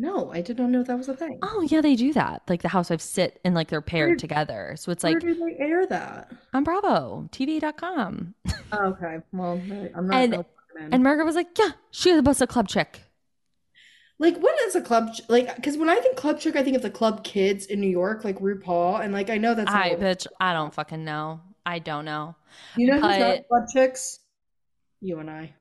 B: No, I did not know that was a thing.
A: Oh, yeah, they do that. Like the housewives sit and like they're paired
B: Weird.
A: together. So it's
B: Where
A: like
B: did they air that?
A: on Bravo, TV.com.
B: Oh, okay, well, I- I'm not.
A: And-
B: I'll put it in.
A: And Margaret was like, Yeah, she was a bus a club chick.
B: like, what is a club? ch- Like, because when I think club chick, I think of the club kids in New York, like RuPaul, and like I know that's. not
A: I
B: what-
A: bitch, I don't fucking know. I don't know.
B: you know who's not
A: but-
B: club chicks? You and I,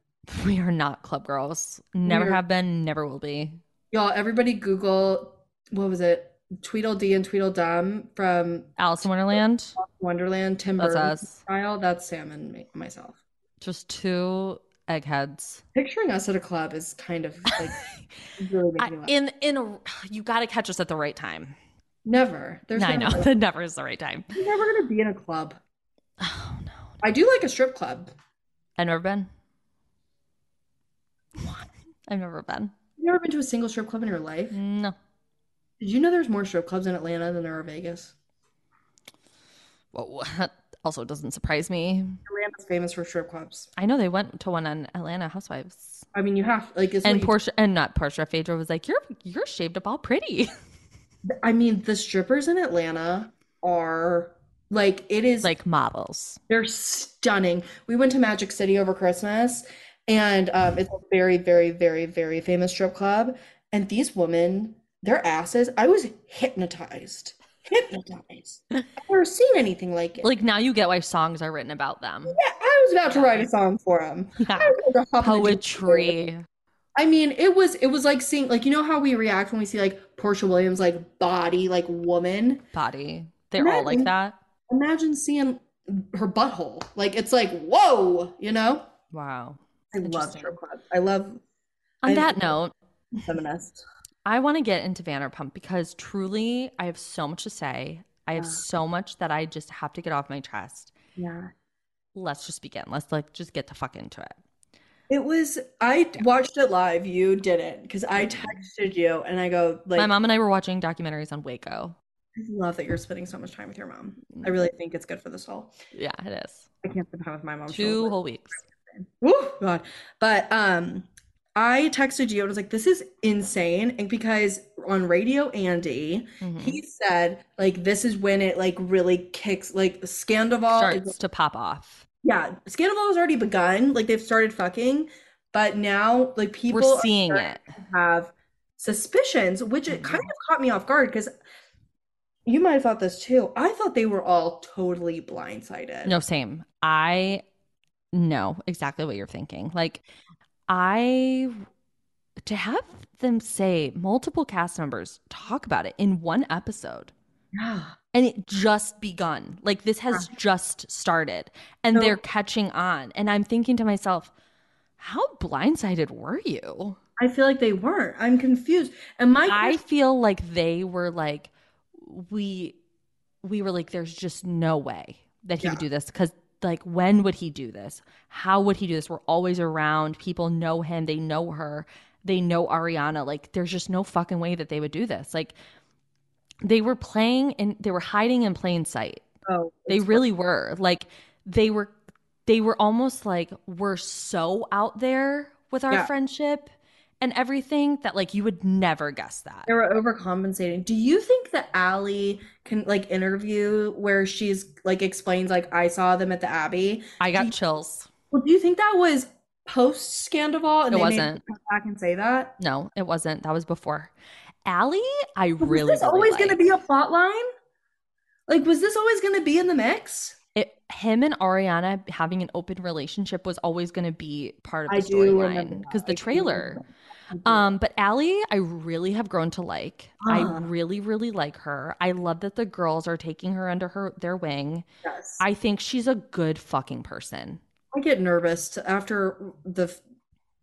A: We are not club girls. Never
B: We're-
A: have been, never will be.
B: y'all. Everybody, Google what was it? Tweedledee and Tweedledum from
A: Alice in Wonderland.
B: Wonderland. Tim
A: That's
B: Burton
A: us.
B: style. That's Sam and me, myself.
A: Just two eggheads.
B: Picturing us at a club is kind of like really
A: I,
B: making me laugh.
A: in in a, you got to catch us at the right time.
B: Never. There's
A: I know
B: never,
A: that never is the right time.
B: You're never gonna be in a club.
A: Oh no,
B: I do like a strip club.
A: I've never been. I've never been.
B: You've never been to a single strip club in your life?
A: No.
B: Did you know there's more strip clubs in Atlanta than there are Vegas?
A: Whoa, that also doesn't surprise me.
B: Atlanta's famous for strip clubs.
A: I know they went to one on Atlanta Housewives,
B: I mean, you have like it's
A: and
B: what you-
A: Portia and not Portia Phaedra was like, "You're you're shaved up all pretty."
B: I mean, the strippers in Atlanta are like it is
A: like models.
B: they're stunning. We went to Magic City over Christmas, and um, it's a very, very, very, very famous strip club. And these women, their asses, I was hypnotized, hypnotized. I've never seen anything like it.
A: Like now you get why songs are written about them.
B: Yeah, I was about to write a song for him.
A: Yeah.
B: I was about to hop in the gym for him.
A: Poetry.
B: I mean, it was it was like seeing like you know how we react when we see like Portia Williams like body like woman.
A: body. They're all like
B: Imagine-
A: that.
B: Imagine seeing her butthole. Like it's like whoa, you know.
A: Wow.
B: I love
A: Interesting.
B: strip clubs. I love
A: On
B: I-
A: that note,
B: feminists.
A: I want to get into Vanderpump because truly I have so much to say. I have
B: Yeah.
A: so much that I just have to get off my chest.
B: Yeah.
A: Let's just begin. Let's like just get the fuck into it.
B: It was I watched it live. You didn't because I texted you and I go like
A: My mom and I were watching documentaries on Waco.
B: I love that you're spending so much time with your mom. I really think it's good for the soul.
A: Yeah, it is.
B: I can't spend time with my mom.
A: Two
B: She'll-
A: whole weeks.
B: Woo, God. But um, I texted you and was like, this is insane. And because on Radio Andy,
A: Mhm.
B: he said, like, this is when it like really kicks, like, Scandival.
A: Starts
B: Is,
A: to pop off.
B: yeah, Scandival has already begun. Like, they've started fucking. But now, like, people
A: We're
B: are
A: seeing
B: starting
A: it. Mm-hmm.
B: to have suspicions, which it kind of caught me off guard because you might have thought this too. I thought they were all totally blindsided.
A: No, same. I know exactly what you're thinking. Like, I to have them say multiple cast members talk about it in one episode
B: Yeah.
A: and it just begun. Like, this has just started and
B: Uh-huh. So-
A: they're catching on. And I'm thinking to myself, how blindsided were you?
B: I feel like they weren't. I'm confused. And my
A: I
B: question-
A: feel like they were like, we we were like, there's just no way that he would do this because like when would he do this? How would he do this? We're always around. People know him. They know her. They know Ariana. Like there's just no fucking way that they would do this. Like they were playing and they were hiding in plain sight.
B: oh,
A: They
B: it's-
A: really were. Like they were they were almost like we're so out there with our
B: Yeah.
A: friendship and everything that like you would never guess that.
B: they were overcompensating. Do you think the Allie can like interview where she's like explains like I saw them at the Abbey?
A: I got
B: Do-
A: chills.
B: Well, do you think that was post Scandival? And
A: It
B: they made
A: wasn't.
B: her come back and say that.
A: No, it wasn't. That was before. Allie, I
B: Was
A: really
B: this always going to
A: like.
B: be a plot line? Like, was this always going to be in the mix?
A: it, him and Ariana having an open relationship was always going to be part of
B: I
A: the
B: do remember
A: storyline
B: that.
A: because
B: I
A: the
B: do remember
A: trailer.
B: that. I do.
A: Um, but Allie, I really have grown to like. I
B: Ah.
A: really, really like her. I love that the girls are taking her under her their wing.
B: yes. I,
A: I think she's a good fucking person.
B: get nervous to- after the f-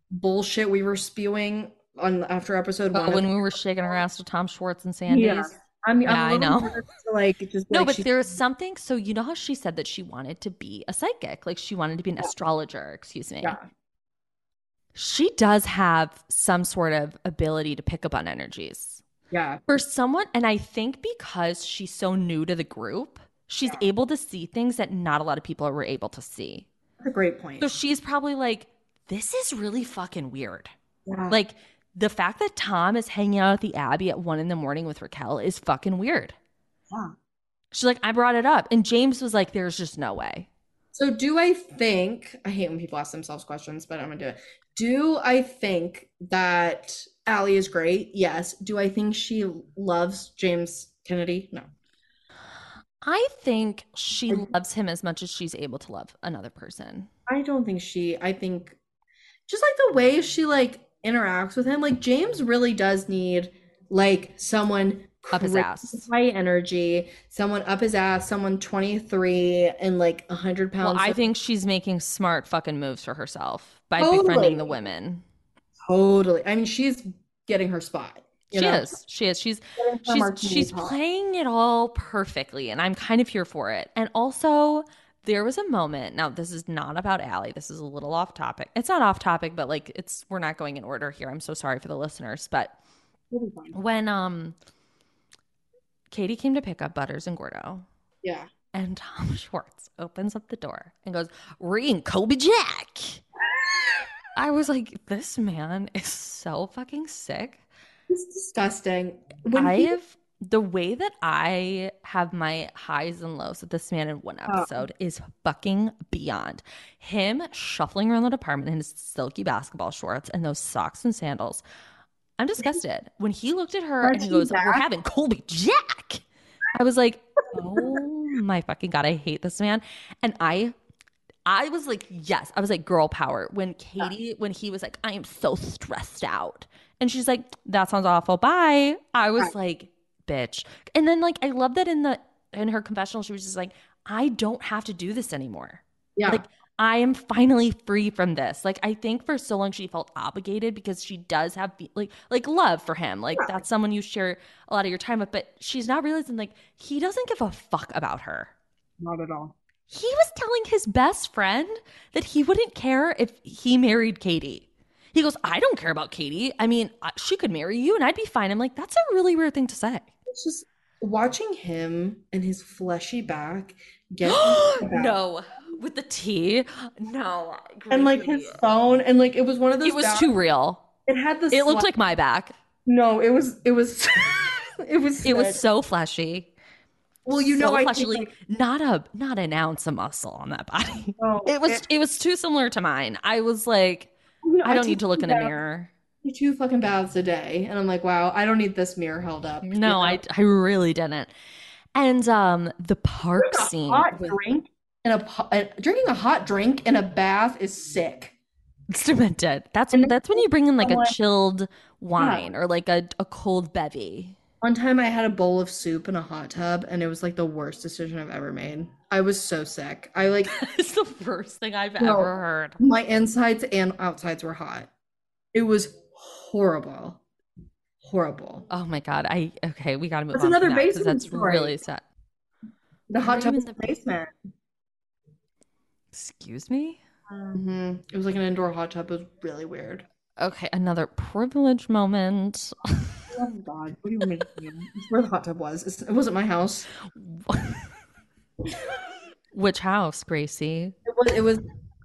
B: bullshit we were spewing on after episode
A: But
B: one. of
A: when we were shaking our ass to Tom Schwartz and Sandy's,
B: I mean,
A: Yeah, I
B: I'm a little
A: know.
B: nervous to, like just
A: No,
B: like,
A: but
B: she-
A: there was something. So you know how she said that she wanted to be a psychic, like she wanted to be an astrologer. Excuse me.
B: yeah.
A: She does have some sort of ability to pick up on energies
B: yeah,
A: for someone, and I think because she's so new to the group, she's
B: Yeah.
A: able to see things that not a lot of people were able to see.
B: that's a great point.
A: So she's probably like, "This is really fucking weird."
B: Yeah.
A: Like the fact that Tom is hanging out at the Abbey at one in the morning with Raquel is fucking weird.
B: Yeah.
A: She's like, I brought it up. And James was like, there's just no way.
B: So do I think I hate when people ask themselves questions, but I'm gonna do it. Do I think that Allie is great? Yes. Do I think she loves James Kennedy? No.
A: I think she
B: Are you-
A: loves him as much as she's able to love another person.
B: I don't think she. I think just like the way she like interacts with him, like James really does need like someone
A: Up his
B: crazy
A: ass.
B: high energy, someone up his ass, someone 23 and like 100 pounds.
A: Well, I think she's making smart fucking moves for herself by
B: Totally.
A: befriending the women.
B: totally. I mean, she's getting her spot.
A: She
B: you know?
A: is. She is. She's
B: Getting her
A: she's
B: martini
A: she's
B: pot.
A: playing it all perfectly, and I'm kind of here for it. And also, there was a moment. Now, this is not about Allie. This is a little off topic. It's not off topic, but like it's we're not going in order here. I'm so sorry for the listeners, but
B: It'll be fine.
A: when um Katie came to pick up Butters and Gordo,
B: Yeah.
A: and Tom Schwartz opens up the door and goes, "Reading Kobe Jack." I was like, "This man is so fucking sick."
B: It's disgusting. When
A: I
B: he-
A: have the way that I have my highs and lows with this man in one
B: Oh.
A: episode is fucking beyond. Him shuffling around the department in his silky basketball shorts and those socks and sandals. I'm disgusted. When he looked at her and he
B: Frenchie
A: goes, "We're
B: back.
A: having Colby Jack," I was like, oh my fucking god, I hate this man. And I I was like, yes. I was like, girl power. When Katie, when he was like, I am so stressed out. And she's like, that sounds awful. Bye. I was like, bitch. And then like I love that in the in her confessional, she was just like, I don't have to do this anymore.
B: Yeah.
A: Like, I am finally free from this. Like I think for so long she felt obligated because she does have fe- like like love for him. Like
B: Yeah.
A: that's someone you share a lot of your time with, but she's not realizing like he doesn't give a fuck about her.
B: not at all.
A: He was telling his best friend that he wouldn't care if he married Katie. He goes, "I don't care about Katie. I mean, I- she could marry you and I'd be fine." I'm like, "That's a really weird thing to say."
B: It's just watching him and his fleshy back get
A: no. With the tea? No.
B: and like his phone and like it was one of those
A: it was
B: back-
A: too real.
B: it had this
A: It looked like my back.
B: no it was it was it was
A: It was
B: sick.
A: so flashy.
B: well you know
A: so
B: I
A: fleshy, like,
B: think,
A: not a not an ounce of muscle on that body.
B: no,
A: It was it, was too similar to mine. I was like,
B: you know,
A: I don't
B: take
A: need to look in a
B: bath-
A: mirror.
B: take two fucking baths a day and I'm like wow I don't need this mirror held up you
A: No,
B: know?
A: I I really didn't. And um the park
B: Drinking a
A: scene
B: hot
A: with-
B: drink and a, po- uh, drinking a hot drink in a bath is sick
A: it's demented. That's
B: And then-
A: that's when you bring in like a
B: Someone-
A: chilled wine or like a, a cold bevy.
B: one time I had a bowl of soup in a hot tub and it was like the worst decision I've ever made I was so sick I like
A: it's the first thing I've
B: No.
A: ever heard.
B: my insides and outsides were hot it was horrible horrible
A: Oh my god. I okay, we gotta move
B: That's
A: on. from
B: another
A: that 'cause
B: basement
A: that's
B: story.
A: really sad. Why
B: the hot
A: are
B: tub
A: you
B: is
A: in
B: the
A: the
B: basement
A: Excuse me?
B: Mhm. It was like an indoor hot tub. It was really weird.
A: Okay, another privilege moment.
B: Oh God, what do you mean? It's where the hot tub was. It's, it wasn't my house.
A: Which house, Gracie?
B: It was. It was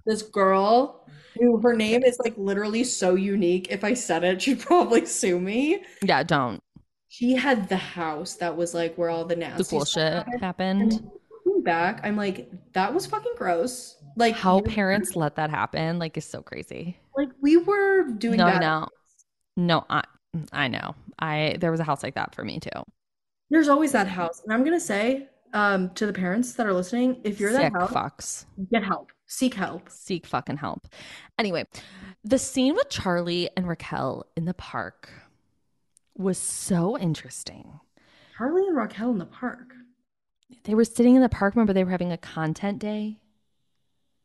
B: this girl who her name is like literally so unique. If I said it, she'd probably sue me.
A: Yeah, don't.
B: She had the house that was like where all the nasty
A: The cool
B: stuff
A: shit
B: happened.
A: happened.
B: Looking back, I'm like, that was fucking gross. Like
A: How
B: you-
A: parents let that happen, like, is so crazy.
B: Like we were doing
A: No,
B: that.
A: no, no. I, I know. I there was a house like that for me too.
B: There's always that house, and I'm gonna say um, to the parents that are listening, if you're
A: Sick
B: that house,
A: fucks.
B: get help, seek help.
A: Seek fucking help. Anyway, the scene with Charlie and Raquel in the park was so interesting.
B: Charlie and Raquel in the park.
A: They were sitting in the park. Remember, they were having a content day.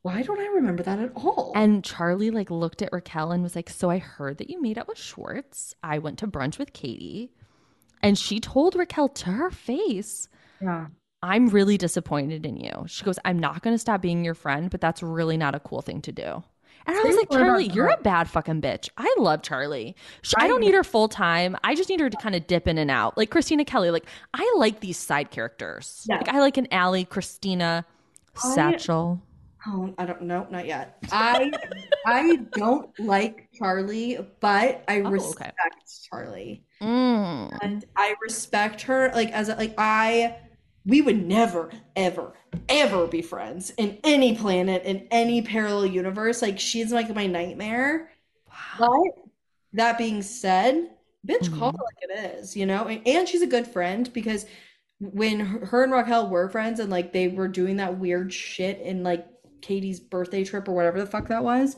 B: Why don't I remember that at all?
A: And Charlie like looked at Raquel and was like, "So I heard that you made out with Schwartz. I went to brunch with Katie." And she told Raquel to her face,
B: yeah,
A: "I'm really disappointed in you." She goes, "I'm not going to stop being your friend, but that's really not a cool thing to do." And I was
B: Say
A: like,
B: more about
A: Charlie, you're a
B: that."
A: bad fucking bitch. I love Charlie. Sh- I
B: I
A: don't
B: know.
A: need her full time. I just need her to kind of dip in and out. Like Christina Kelly, like I like these side characters.
B: Yeah.
A: Like I like an Ally, Christina,
B: I-
A: Satchel.
B: oh, I don't know, not yet. I I don't like Charlie, but I
A: Oh, okay.
B: respect Charlie,
A: Mm.
B: and I respect her. Like as a, like I, we would never, ever, ever be friends in any planet in any parallel universe. Like she's like my nightmare.
A: Wow.
B: But that being said, bitch, call
A: Mhm.
B: it like it is, you know? And, and she's a good friend because when her her and Raquel were friends and like they were doing that weird shit in like Katie's birthday trip or whatever the fuck that was,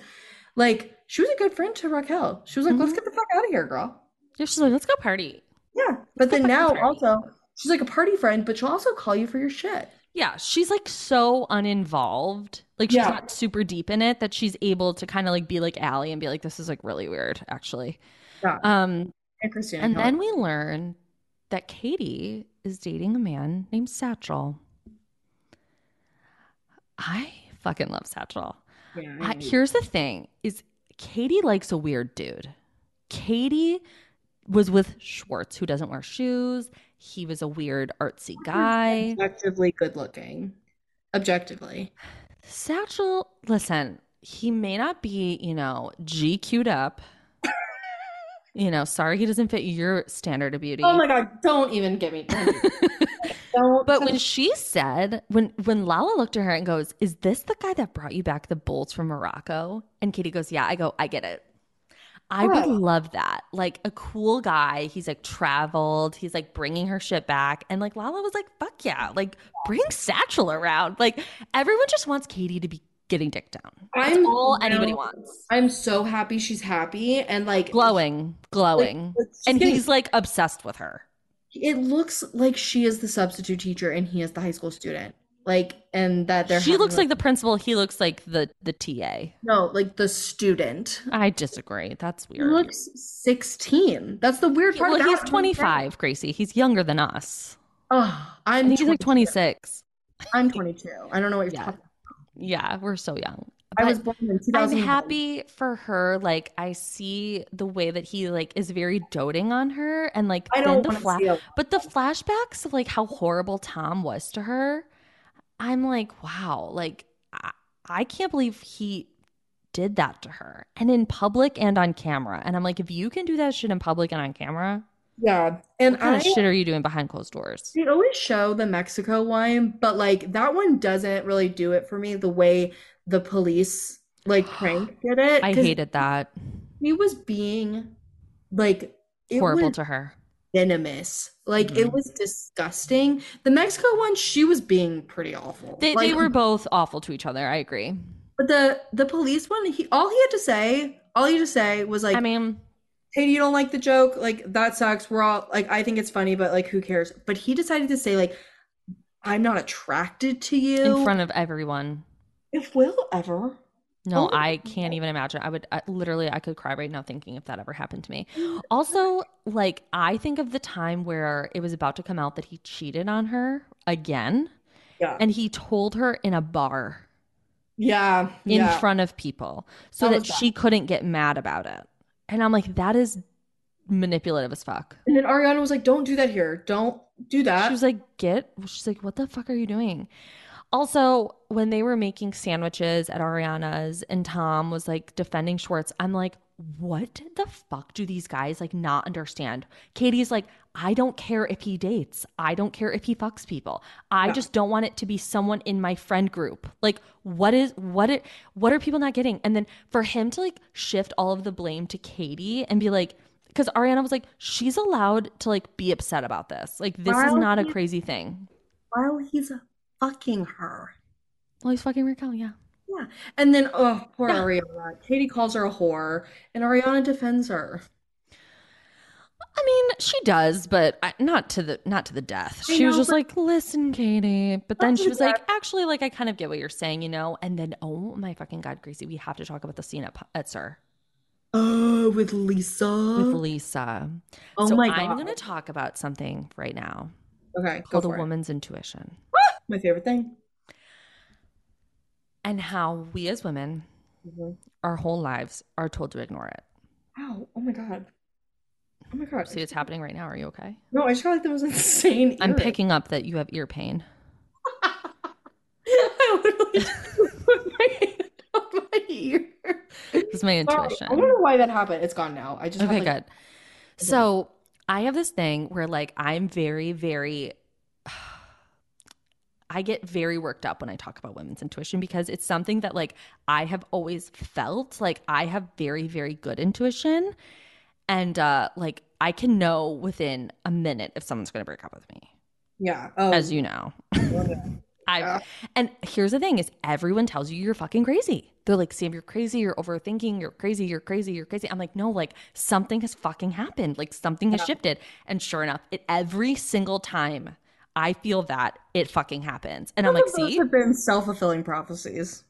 B: like she was a good friend to Raquel. She was like, let's get the fuck out of here, girl.
A: Yeah, she's like, let's go party.
B: Yeah. But then
A: fucking
B: now
A: party.
B: also, she's like a party friend, but she'll also call you for your shit.
A: Yeah, she's like so uninvolved. Like she's
B: Yeah.
A: not super deep in it that she's able to kind of like be like Allie and be like, this is like really weird, actually.
B: Yeah.
A: Um,
B: And Christina.
A: and
B: Kelly.
A: then we learn that Katie is dating a man named Satchel. I fucking love Satchel.
B: yeah,
A: I,
B: I-
A: here's the thing is Katie likes a weird dude. Katie was with Schwartz, who doesn't wear shoes. He was a weird artsy guy.
B: objectively good looking. Objectively.
A: Satchel, listen, he may not be, you know, GQ'd up. you know, sorry he doesn't fit your standard of beauty.
B: Oh my god, don't even get me. Don't
A: But when she said, when when Lala looked at her and goes, "Is this the guy that brought you back the bolts from Morocco?" and Katie goes, "Yeah," I go, "I get it." I would
B: Yeah.
A: love that. Like a cool guy. He's like traveled. He's like bringing her shit back. And like Lala was like, fuck yeah. Like bring Satchel around. Like everyone just wants Katie to be getting dick down. That's
B: I'm
A: all
B: now-
A: anybody wants.
B: I'm so happy she's happy and like
A: Glowing, glowing.
B: like, she's
A: and
B: getting-
A: he's like obsessed with her.
B: it looks like she is the substitute teacher and he is the high school student. Like and that they're
A: She
B: having,
A: looks like the principal. He looks like the the TA.
B: no, like the student.
A: I disagree. That's
B: He
A: weird.
B: looks 16. That's the weird part
A: well,
B: about
A: he's
B: it.
A: 25, Gracie. He's younger than us.
B: Oh,
A: I
B: I'm
A: think he's like
B: 20
A: 26.
B: I'm 22. I don't know what you're
A: Yeah.
B: talking about.
A: Yeah, we're so young.
B: I
A: But
B: was born in 2000.
A: I'm happy for her. Like I see the way that he like is very doting on her, and like
B: I
A: then
B: don't
A: the
B: want to
A: fla-
B: see a
A: But the flashbacks of like how horrible Tom was to her, I'm like, wow, like I, I can't believe he did that to her and in public and on camera. And I'm like, if you can do that shit in public and on camera,
B: Yeah. And
A: what kind
B: I
A: of shit are you doing behind closed doors?
B: They always show the Mexico one, but like that one doesn't really do it for me the way the police like prank did it.
A: I
B: 'cause
A: hated that.
B: He was being like it
A: Horrible
B: was
A: to her.
B: venomous. Like it
A: Mhm.
B: was disgusting. The Mexico one, she was being pretty awful.
A: They,
B: like,
A: they were both awful to each other. I agree.
B: but the the police one. He all he had to say, all he had to say was like,
A: I mean,
B: "Hey, you don't like the joke? Like that sucks. We're all like, I think it's funny, but like, who cares?" But he decided to say like, "I'm not attracted to you."
A: in front of everyone.
B: If Will ever.
A: No,
B: Oh.
A: I can't even imagine. I would I, literally, I could cry right now thinking if that ever happened to me. Also, like, I think of the time where it was about to come out that he cheated on her again,
B: Yeah.
A: and he told her in a bar
B: yeah.
A: in
B: yeah.
A: front of people so
B: How
A: that
B: was that?
A: she couldn't get mad about it. And I'm like, that is manipulative as fuck.
B: And then Ariana was like, don't do that here. Don't do that.
A: She was like, get. She's like, what the fuck are you doing? Also, when they were making sandwiches at Ariana's and Tom was like defending Schwartz, I'm like, what the fuck do these guys like not understand? Katie's like, I don't care if he dates. I don't care if he fucks people. I
B: Yeah.
A: just don't want it to be someone in my friend group. Like, what is what it what are people not getting? And then for him to like shift all of the blame to Katie and be like, because Ariana was like, she's allowed to like be upset about this. Like, this is
B: Why
A: not a
B: would-
A: crazy thing.
B: While he's fucking her.
A: Well, he's fucking Raquel, yeah.
B: And then, oh, poor
A: Yeah.
B: Ariana. Katie calls her a whore, and Ariana defends her.
A: I mean, she does, but I, not to the not to the death.
B: I
A: She was
B: know,
A: just like, "Listen, Katie," but
B: Not
A: then
B: to
A: she
B: the
A: was like, "Actually, like I kind of get what you're saying, you know." And then, oh my fucking god, Gracie, we have to talk about the scene at, at Sir
B: Oh, with Lisa.
A: with Lisa.
B: oh
A: so
B: my
A: I'm
B: God.
A: gonna talk about something right now
B: Okay, go
A: called a
B: for it.
A: woman's intuition
B: My favorite thing.
A: and how we as women,
B: Mm-hmm.
A: our whole lives, are told to ignore it.
B: Wow. Oh my God. Oh my God.
A: See, it's happening right now. Are you okay?
B: No, I just got like the most insane.
A: I'm
B: earring.
A: picking up that you have ear pain.
B: I literally just put my hand on my ear.
A: This is my
B: Sorry,
A: intuition.
B: I don't know why that happened. It's gone now. I just
A: Okay,
B: have,
A: good.
B: like,
A: So I have this thing where like I'm very, very I get very worked up when I talk about women's intuition because it's something that like I have always felt like I have very, very good intuition. And uh like I can know within a minute if someone's gonna break up with me.
B: yeah. Oh,
A: As you know. I
B: Yeah.
A: have and here's the thing is everyone tells you you're fucking crazy. They're like, Sam, you're crazy, you're overthinking, you're crazy, you're crazy, you're crazy. I'm like, no, like something has fucking happened. Like something has shifted. And sure enough, it every single time I feel that, it fucking happens. And I'm like,
B: Those
A: see?
B: have been self fulfilling prophecies.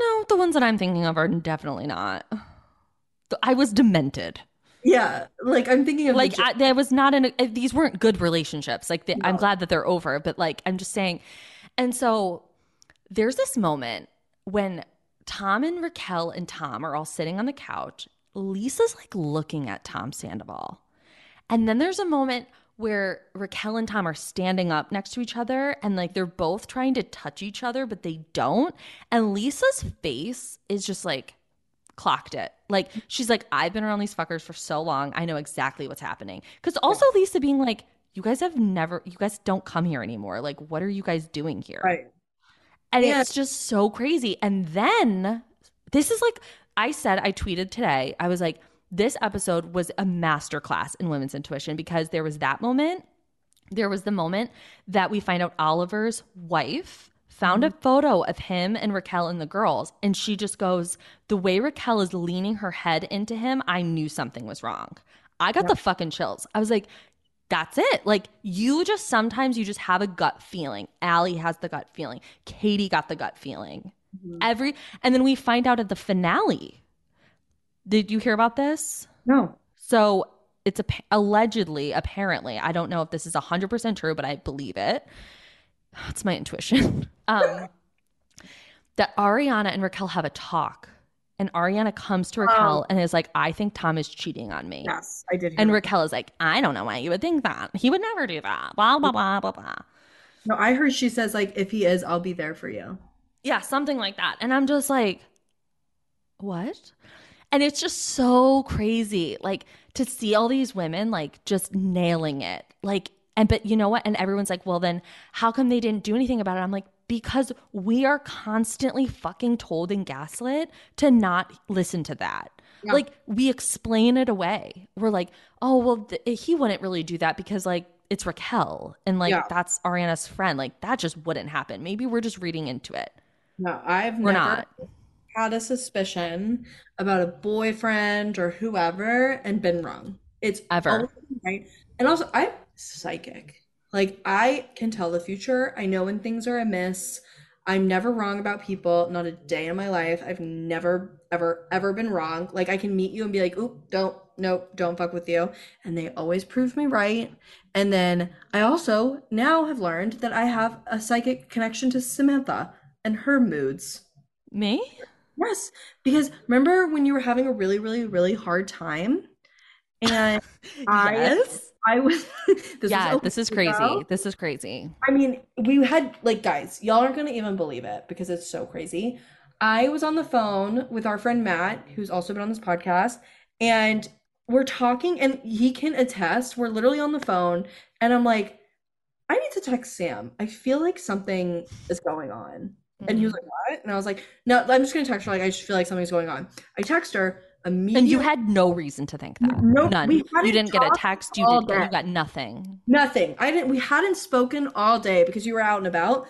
A: No, the ones that I'm thinking of are definitely not. Th- I was demented.
B: Yeah, like I'm thinking of
A: Like
B: the,
A: I, there was not an. uh, These weren't good relationships. Like the, I'm
B: No.
A: glad that they're over, but like I'm just saying. And so there's this moment when Tom and Raquel and Tom are all sitting on the couch. Lisa's like looking at Tom Sandoval, and then there's a moment where Raquel and Tom are standing up next to each other, and like they're both trying to touch each other, but they don't. And Lisa's face is just like clocked it. Like she's like, I've been around these fuckers for so long. I know exactly what's happening. Cause also Lisa being like, you guys have never, you guys don't come here anymore. Like, what are you guys doing here?
B: right.
A: And
B: Yeah.
A: it's just so crazy. And then this is like, I said, I tweeted today, I was like, this episode was a masterclass in women's intuition because there was that moment. There was the moment that we find out Oliver's wife found a photo of him and Raquel and the girls. And she just goes, The way Raquel is leaning her head into him, I knew something was wrong. I got the fucking chills. I was like, that's it. Like you just sometimes you just have a gut feeling. Allie has the gut feeling. Katie got the gut feeling. Every and then we find out at the finale. Did you hear about this?
B: No.
A: So it's a, allegedly, apparently, I don't know if this is 100% true, but I believe it. It's my intuition. Um, that Ariana and Raquel have a talk. And Ariana comes to Raquel and is like, I think Tom is cheating on me.
B: Yes, I did. Hear
A: And
B: that.
A: Raquel is like, I don't know why you would think that. He would never do that. Blah, blah, blah, blah, blah.
B: no, I heard she says like, if he is, I'll be there for you.
A: Yeah, something like that. And I'm just like, what? And it's just so crazy, like to see all these women like just nailing it. Like, and but you know what? And everyone's like, well, then how come they didn't do anything about it? I'm like, because we are constantly fucking told and gaslit to not listen to that.
B: Yeah.
A: Like, we explain it away. We're like, oh, well, th- he wouldn't really do that because, like, it's Raquel and, like,
B: Yeah.
A: that's Ariana's friend. Like, that just wouldn't happen. Maybe we're just reading into it.
B: No, I've
A: We're
B: never
A: not.
B: had a suspicion about a boyfriend or whoever and been wrong. It's
A: Ever.
B: always been right. And also, I'm psychic. Like I can tell the future. I know when things are amiss. I'm never wrong about people. Not a day in my life. I've never, ever, ever been wrong. Like I can meet you and be like, "Oop, don't, nope, don't fuck with you," and they always prove me right. And then I also now have learned that I have a psychic connection to Samantha and her moods.
A: Me?
B: Yes, because remember when you were having a really, really, really hard time, and I-
A: yes.
B: I was this
A: yeah,
B: was a
A: this is
B: week ago.
A: crazy. This is crazy.
B: I mean, we had like guys, y'all aren't gonna even believe it because it's so crazy. I was on the phone with our friend Matt, who's also been on this podcast, and we're talking, and he can attest. We're literally on the phone, and I'm like, I need to text Sam. I feel like something is going on.
A: Mm.
B: And he was like, What? And I was like, No, I'm just gonna text her. Like, I just feel like something's going on. I text her immediately.
A: Mm-hmm. and you had no reason to think that.
B: No,
A: None.
B: we
A: You
B: hadn't
A: didn't get a
B: talked
A: text. You
B: all
A: did. not
B: day.
A: You got nothing.
B: Nothing. I didn't, we hadn't spoken all day because you were out and about.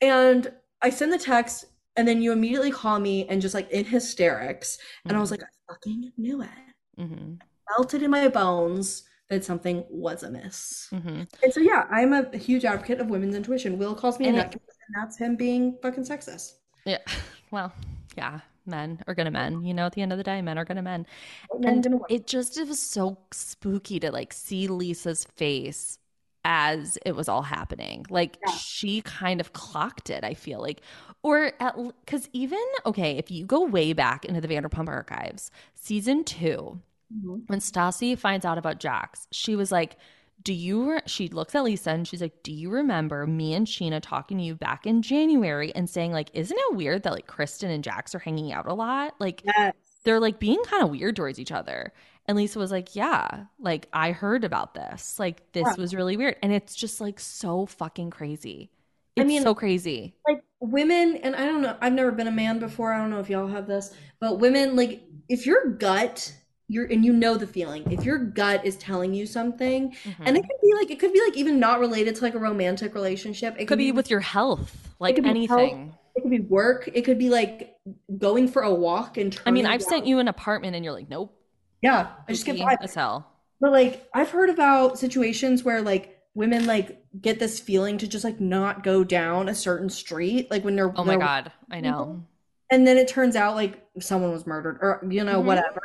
B: And I send the text, and then you immediately call me and just like in hysterics. And I
A: Mm.
B: was like, I fucking knew it.
A: hmm
B: Felt it in my bones that something was amiss.
A: hmm
B: And so, yeah, I'm a huge advocate of women's intuition. Will calls me a
A: And
B: nutcase, and that's him being fucking sexist.
A: Yeah. Well, yeah. Men are gonna men. You know, at the end of the day, men are gonna men.
B: What men
A: And
B: gonna win?
A: it just it was so spooky to like see Lisa's face as it was all happening. Like
B: Yeah.
A: she kind of clocked it, I feel like. Or at because even okay, if you go way back into the Vanderpump archives, season two,
B: Mhm.
A: when Stassi finds out about Jax, she was like, Do you, re-, she looks at Lisa and she's like, Do you remember me and Sheena talking to you back in January and saying, like, isn't it weird that like Kristen and Jax are hanging out a lot? Like,
B: Yes.
A: they're like being kind of weird towards each other. And Lisa was like, Yeah, like I heard about this. Like, this
B: Yeah.
A: was really weird. And it's just like so fucking crazy.
B: I
A: It's
B: mean-
A: so crazy.
B: like women and i don't know i've never been a man before i don't know if y'all have this but women like if your gut you're and you know the feeling if your gut is telling you something and it
A: Mm.
B: could be like it could be like even not related to like a romantic relationship it
A: it could be with your health, like
B: could be health.
A: anything.
B: it could be work it could be like going for a walk and
A: I mean,
B: turning
A: I've sent
B: down-
A: you an apartment and you're like, Nope,
B: yeah i just get
A: spooky
B: vibes
A: as hell.
B: But like I've heard about situations where like women like get this feeling to just like not go down a certain street, like when they're
A: Oh my
B: they're-
A: God, I know.
B: and then it turns out like someone was murdered or you know
A: Mhm.
B: whatever.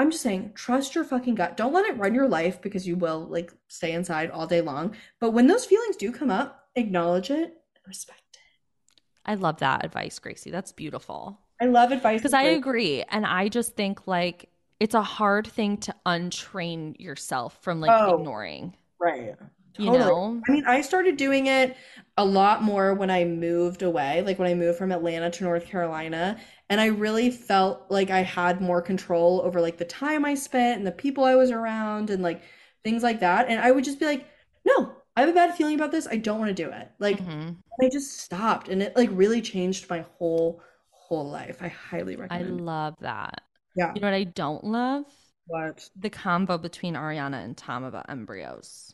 B: I'm just saying, trust your fucking gut. Don't let it run your life because you will like stay inside all day long. But when those feelings do come up, acknowledge it and respect it.
A: I love that advice, Gracie. That's beautiful.
B: I love advice
A: Because I agree. And I just think like it's a hard thing to untrain yourself from like
B: Oh.
A: ignoring,
B: right.
A: you
B: Totally.
A: know?
B: I mean, I started doing it a lot more when I moved away, like when I moved from Atlanta to North Carolina, and I really felt like I had more control over like the time I spent and the people I was around and like things like that. And I would just be like, no, I have a bad feeling about this. I don't want to do it. Like,
A: Mhm.
B: I just stopped, and it like really changed my whole whole life. I highly
A: I
B: recommend.
A: love that.
B: Yeah.
A: You know what I don't love?
B: What?
A: the combo between Ariana and Tom about embryos.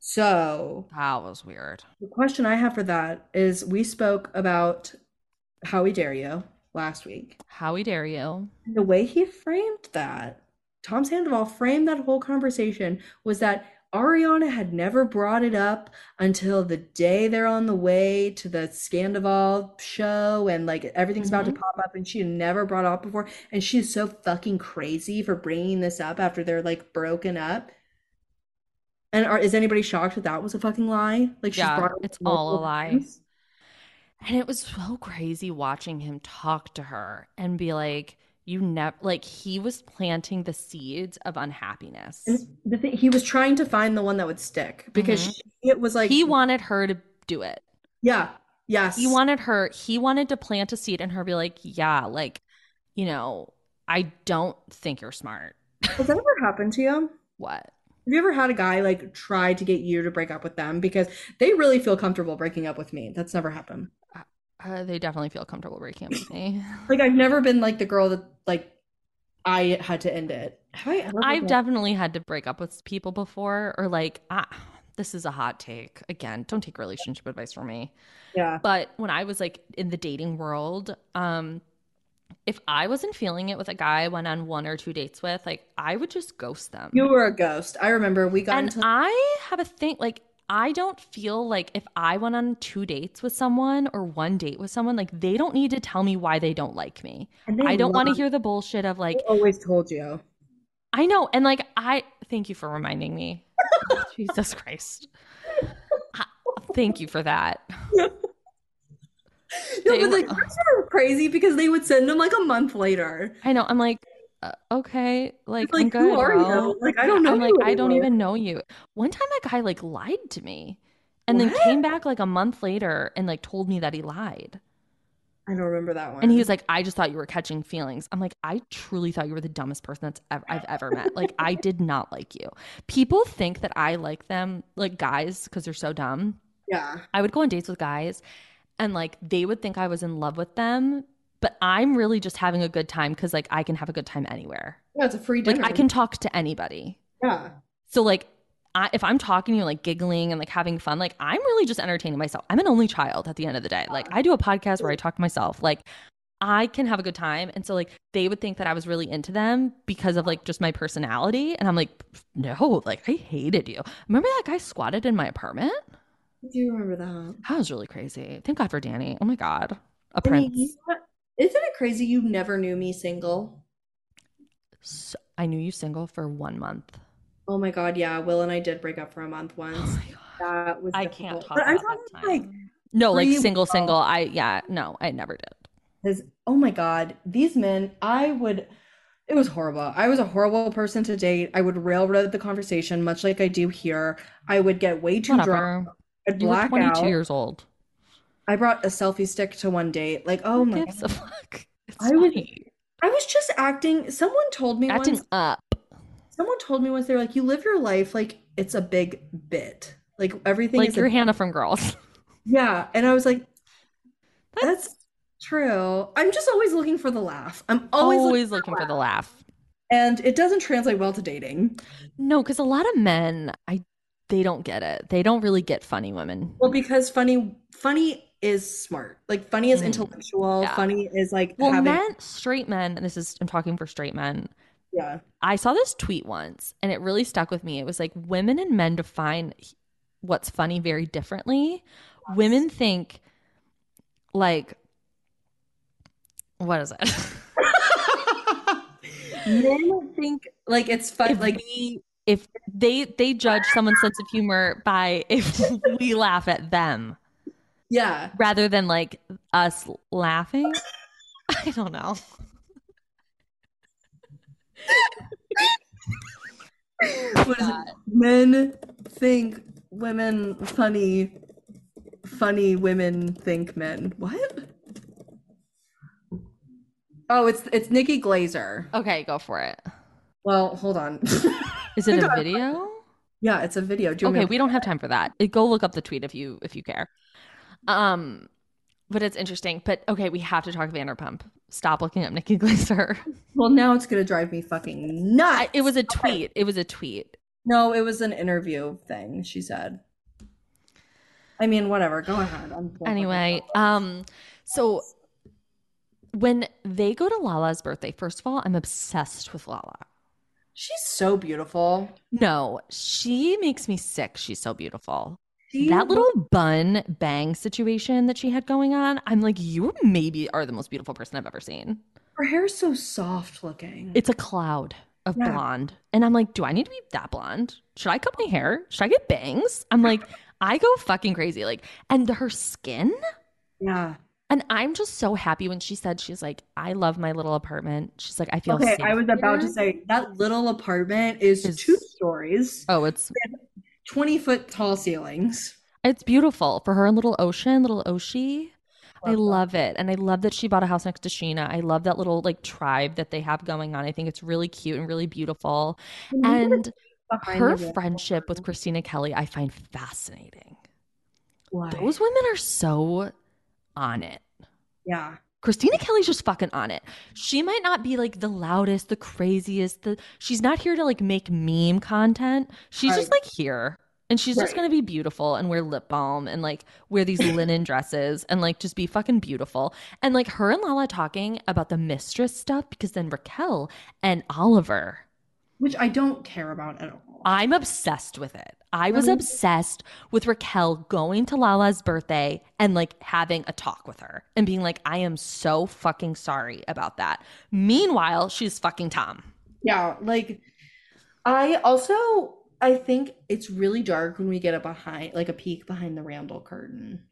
B: So
A: That was weird.
B: the question I have for that is we spoke about Howie Dario last week.
A: Howie dare you?
B: The way he framed that, Tom Sandoval framed that whole conversation was that Ariana had never brought it up until the day they're on the way to the Scandival show and like everything's about
A: Mm-hmm.
B: to pop up and she had never brought it up before. And she's so fucking crazy for bringing this up after they're like broken up. And are, is anybody shocked that that was a fucking lie? Like she's
A: Yeah,
B: brought it up
A: it's all a
B: multiple
A: lie.
B: times?
A: And it was so crazy watching him talk to her and be like, you never, like, he was planting the seeds of unhappiness.
B: And the thing, he was trying to find the one that would stick because
A: Mhm.
B: she- it was like
A: he wanted her to do it.
B: yeah, yes,
A: He wanted her, he wanted to plant a seed and her be like, yeah, like, you know, I don't think you're smart.
B: Has that ever happened to you? Have
A: What?
B: you ever had a guy like try to get you to break up with them because they really feel comfortable breaking up with me? That's never happened.
A: Uh, they definitely feel comfortable breaking up with me.
B: Like I've never been like the girl that like I had to end it. Have I ever
A: I've
B: been-
A: definitely had to break up with people before, or like, ah, this is a hot take. Again, don't take relationship advice from me.
B: yeah.
A: But when I was like in the dating world, um, if I wasn't feeling it with a guy I went on one or two dates with, like I would just ghost them.
B: You were a ghost. I remember we got
A: and
B: into
A: I have a thing like I don't feel like if I went on two dates with someone or one date with someone, like they don't need to tell me why they don't like me.
B: and they
A: I don't want to
B: love-
A: hear the bullshit of like,
B: they always told you.
A: I know. And like, I thank you for reminding me. Jesus Christ. I- thank you for that.
B: No,
A: They
B: but
A: were-
B: like that's sort of crazy because they would send them like a month later.
A: I know. I'm like, uh, okay. Like,
B: Like,
A: I'm
B: who
A: good,
B: are
A: bro.
B: you? Like I don't know.
A: I'm like,
B: you
A: I don't
B: anymore.
A: even know you. One time a guy like lied to me and then
B: What?
A: came back like a month later and like told me that he lied.
B: I don't remember that one.
A: And he was like, I just thought you were catching feelings. I'm like, I truly thought you were the dumbest person that's ever I've ever met. Like, I did not like you. People think that I like them, like guys, because they're so dumb.
B: yeah.
A: I would go on dates with guys and like they would think I was in love with them, but I'm really just having a good time because like I can have a good time anywhere.
B: Yeah, it's a free
A: Like
B: dinner.
A: I can talk to anybody.
B: Yeah.
A: So like I, if I'm talking to you, like giggling and like having fun, like I'm really just entertaining myself. I'm an only child at the end of the day. Like I do a podcast where I talk to myself. Like I can have a good time. And so like they would think that I was really into them because of like just my personality. And I'm like, no, like I hated you. Remember that guy squatted in my apartment?
B: I do remember that.
A: That was really crazy. Thank God for Danny. Oh my God. A
B: I
A: prince.
B: mean, you- isn't it crazy you never knew me single?
A: So- I knew you single for one month.
B: Oh my god, yeah. Will and I did break up for a month
A: Oh
B: once.
A: my God.
B: That was
A: I can't talk
B: difficult. But I'm
A: about that
B: talking like
A: time. No, like
B: free
A: single,
B: will.
A: single. I, yeah, no, I never did.
B: his oh my god, these men, I would it was horrible. I was a horrible person to date. I would railroad the conversation much like I do here. I would get way too drunk.
A: Whatever.
B: I'd
A: You were
B: black
A: 22
B: out.
A: years old.
B: I brought a selfie stick to one date. Like, oh
A: Who
B: my
A: gives a fuck? It's
B: I was-
A: funny.
B: I was just acting. Someone told me
A: Acting
B: once
A: up.
B: someone told me once they were like, you live your life like it's a big bit. Like everything
A: Like
B: is a
A: you're Hannah from Girls.
B: Yeah, and I was like,
A: That's
B: that's true. I'm just always looking for the laugh. I'm always
A: always,
B: looking,
A: looking for the laugh.
B: and it doesn't translate well to dating.
A: No, because a lot of men, I they don't get it. They don't really get funny women.
B: Well, because funny funny is smart. Like funny is
A: Mm,
B: intellectual.
A: yeah.
B: Funny is like
A: Well,
B: having
A: men, straight men, and this is, I'm talking for straight men.
B: yeah.
A: I saw this tweet once and it really stuck with me. It was like women and men define what's funny very differently. Women think like what is it?
B: Men think like it's fun
A: If
B: like
A: we- if they they judge someone's sense of humor by if we laugh at them
B: yeah.
A: rather than like us laughing. I don't know.
B: What is it? Men think women funny funny women think men. What? Oh, it's it's Nikki Glazer.
A: Okay, go for it.
B: Well, hold on.
A: Is it a video?
B: yeah, it's a video. Do you want
A: okay
B: me
A: we don't have time for that Uh, go look up the tweet if you if you care um but it's interesting but okay we have to talk vanderpump Stop looking up Nikki Glaser.
B: Well, now it's gonna drive me fucking nuts.
A: I, it was a tweet. It was a tweet.
B: no, it was an interview thing. She said. I mean, whatever. Go ahead. I'm so
A: Anyway,
B: fucking-
A: um, so when they go to Lala's birthday, first of all, I'm obsessed with Lala.
B: she's so beautiful.
A: No, she makes me sick. She's so beautiful.
B: She
A: That little bun bang situation that she had going on, I'm like, you maybe are the most beautiful person I've ever seen.
B: her hair is so soft looking.
A: It's a cloud of
B: Yeah.
A: blonde. And I'm like, do I need to be that blonde? Should I cut my hair? Should I get bangs? I'm like, I go fucking crazy. Like, and her skin.
B: yeah.
A: And I'm just so happy when she said, she's like, I love my little apartment. She's like, I feel
B: Okay,
A: safe
B: I was about to
A: here."
B: say that little apartment is
A: Is-
B: two stories,
A: Oh, it's
B: 20 foot tall ceilings.
A: It's beautiful for her and little ocean, little Oshi. I
B: Love that.
A: love it. And I love that she bought a house next to Sheena. I love that little like tribe that they have going on. I think it's really cute and really beautiful. And
B: Behind
A: her
B: the wall.
A: friendship with Christina Kelly, I find fascinating.
B: Why?
A: Those women are so on it.
B: yeah.
A: Christina Kelly's just fucking on it. She might not be like the loudest, the craziest, the she's not here to like make meme content. She's just like here. And she's just
B: Right.
A: gonna be beautiful and wear lip balm and like wear these linen dresses and like just be fucking beautiful. And like her and Lala talking about the mistress stuff because then Raquel and Oliver,
B: Which I don't care about at all.
A: I'm obsessed with it. I was
B: Mhm.
A: obsessed with Raquel going to Lala's birthday and like having a talk with her and being like, I am so fucking sorry about that. Meanwhile, she's fucking Tom.
B: Yeah, like I also I think it's really dark when we get a behind like a peek behind the Randall curtain.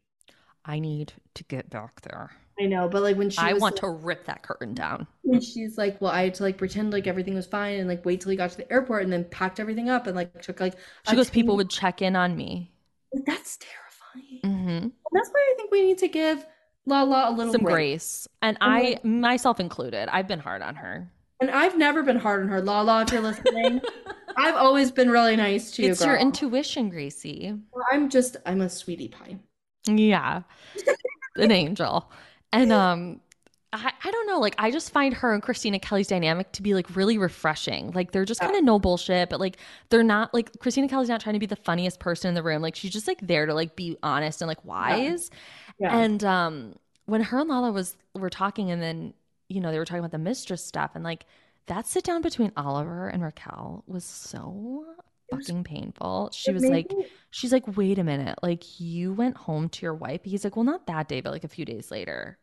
A: I need to get back there.
B: I know, but like when she
A: I
B: was
A: want
B: like,
A: to rip that curtain down.
B: when she's like, well, I had to like pretend like everything was fine and like wait till he got to the airport and then packed everything up and like took like
A: She
B: a
A: goes, People
B: two-
A: would check in on me.
B: that's terrifying.
A: hmm
B: And that's why I think we need to give Lala a little
A: Some
B: break.
A: grace. Mm-hmm. And
B: And,
A: I,
B: like-
A: myself included, I've been hard on her.
B: And I've never been hard on her, Lala. If you're listening, I've always been really nice to you.
A: it's your
B: girl.
A: intuition, Gracie.
B: I'm just I'm a sweetie pie.
A: Yeah. An angel. And um I, I don't know, like I just find her and Christina Kelly's dynamic to be like really refreshing. Like they're just
B: Yeah.
A: kind of no bullshit, but like they're not like Christina Kelly's not trying to be the funniest person in the room. Like she's just like there to like be honest and like wise.
B: Yeah.
A: And um when her and Lala was were talking and then, you know, they were talking about the mistress stuff and like that sit down between Oliver and Raquel was so
B: It was-
A: fucking painful. She
B: It
A: was
B: made
A: like
B: me-
A: She's like, wait a minute. Like, you went home to your wife? He's like, well, not that day, but like a few days later.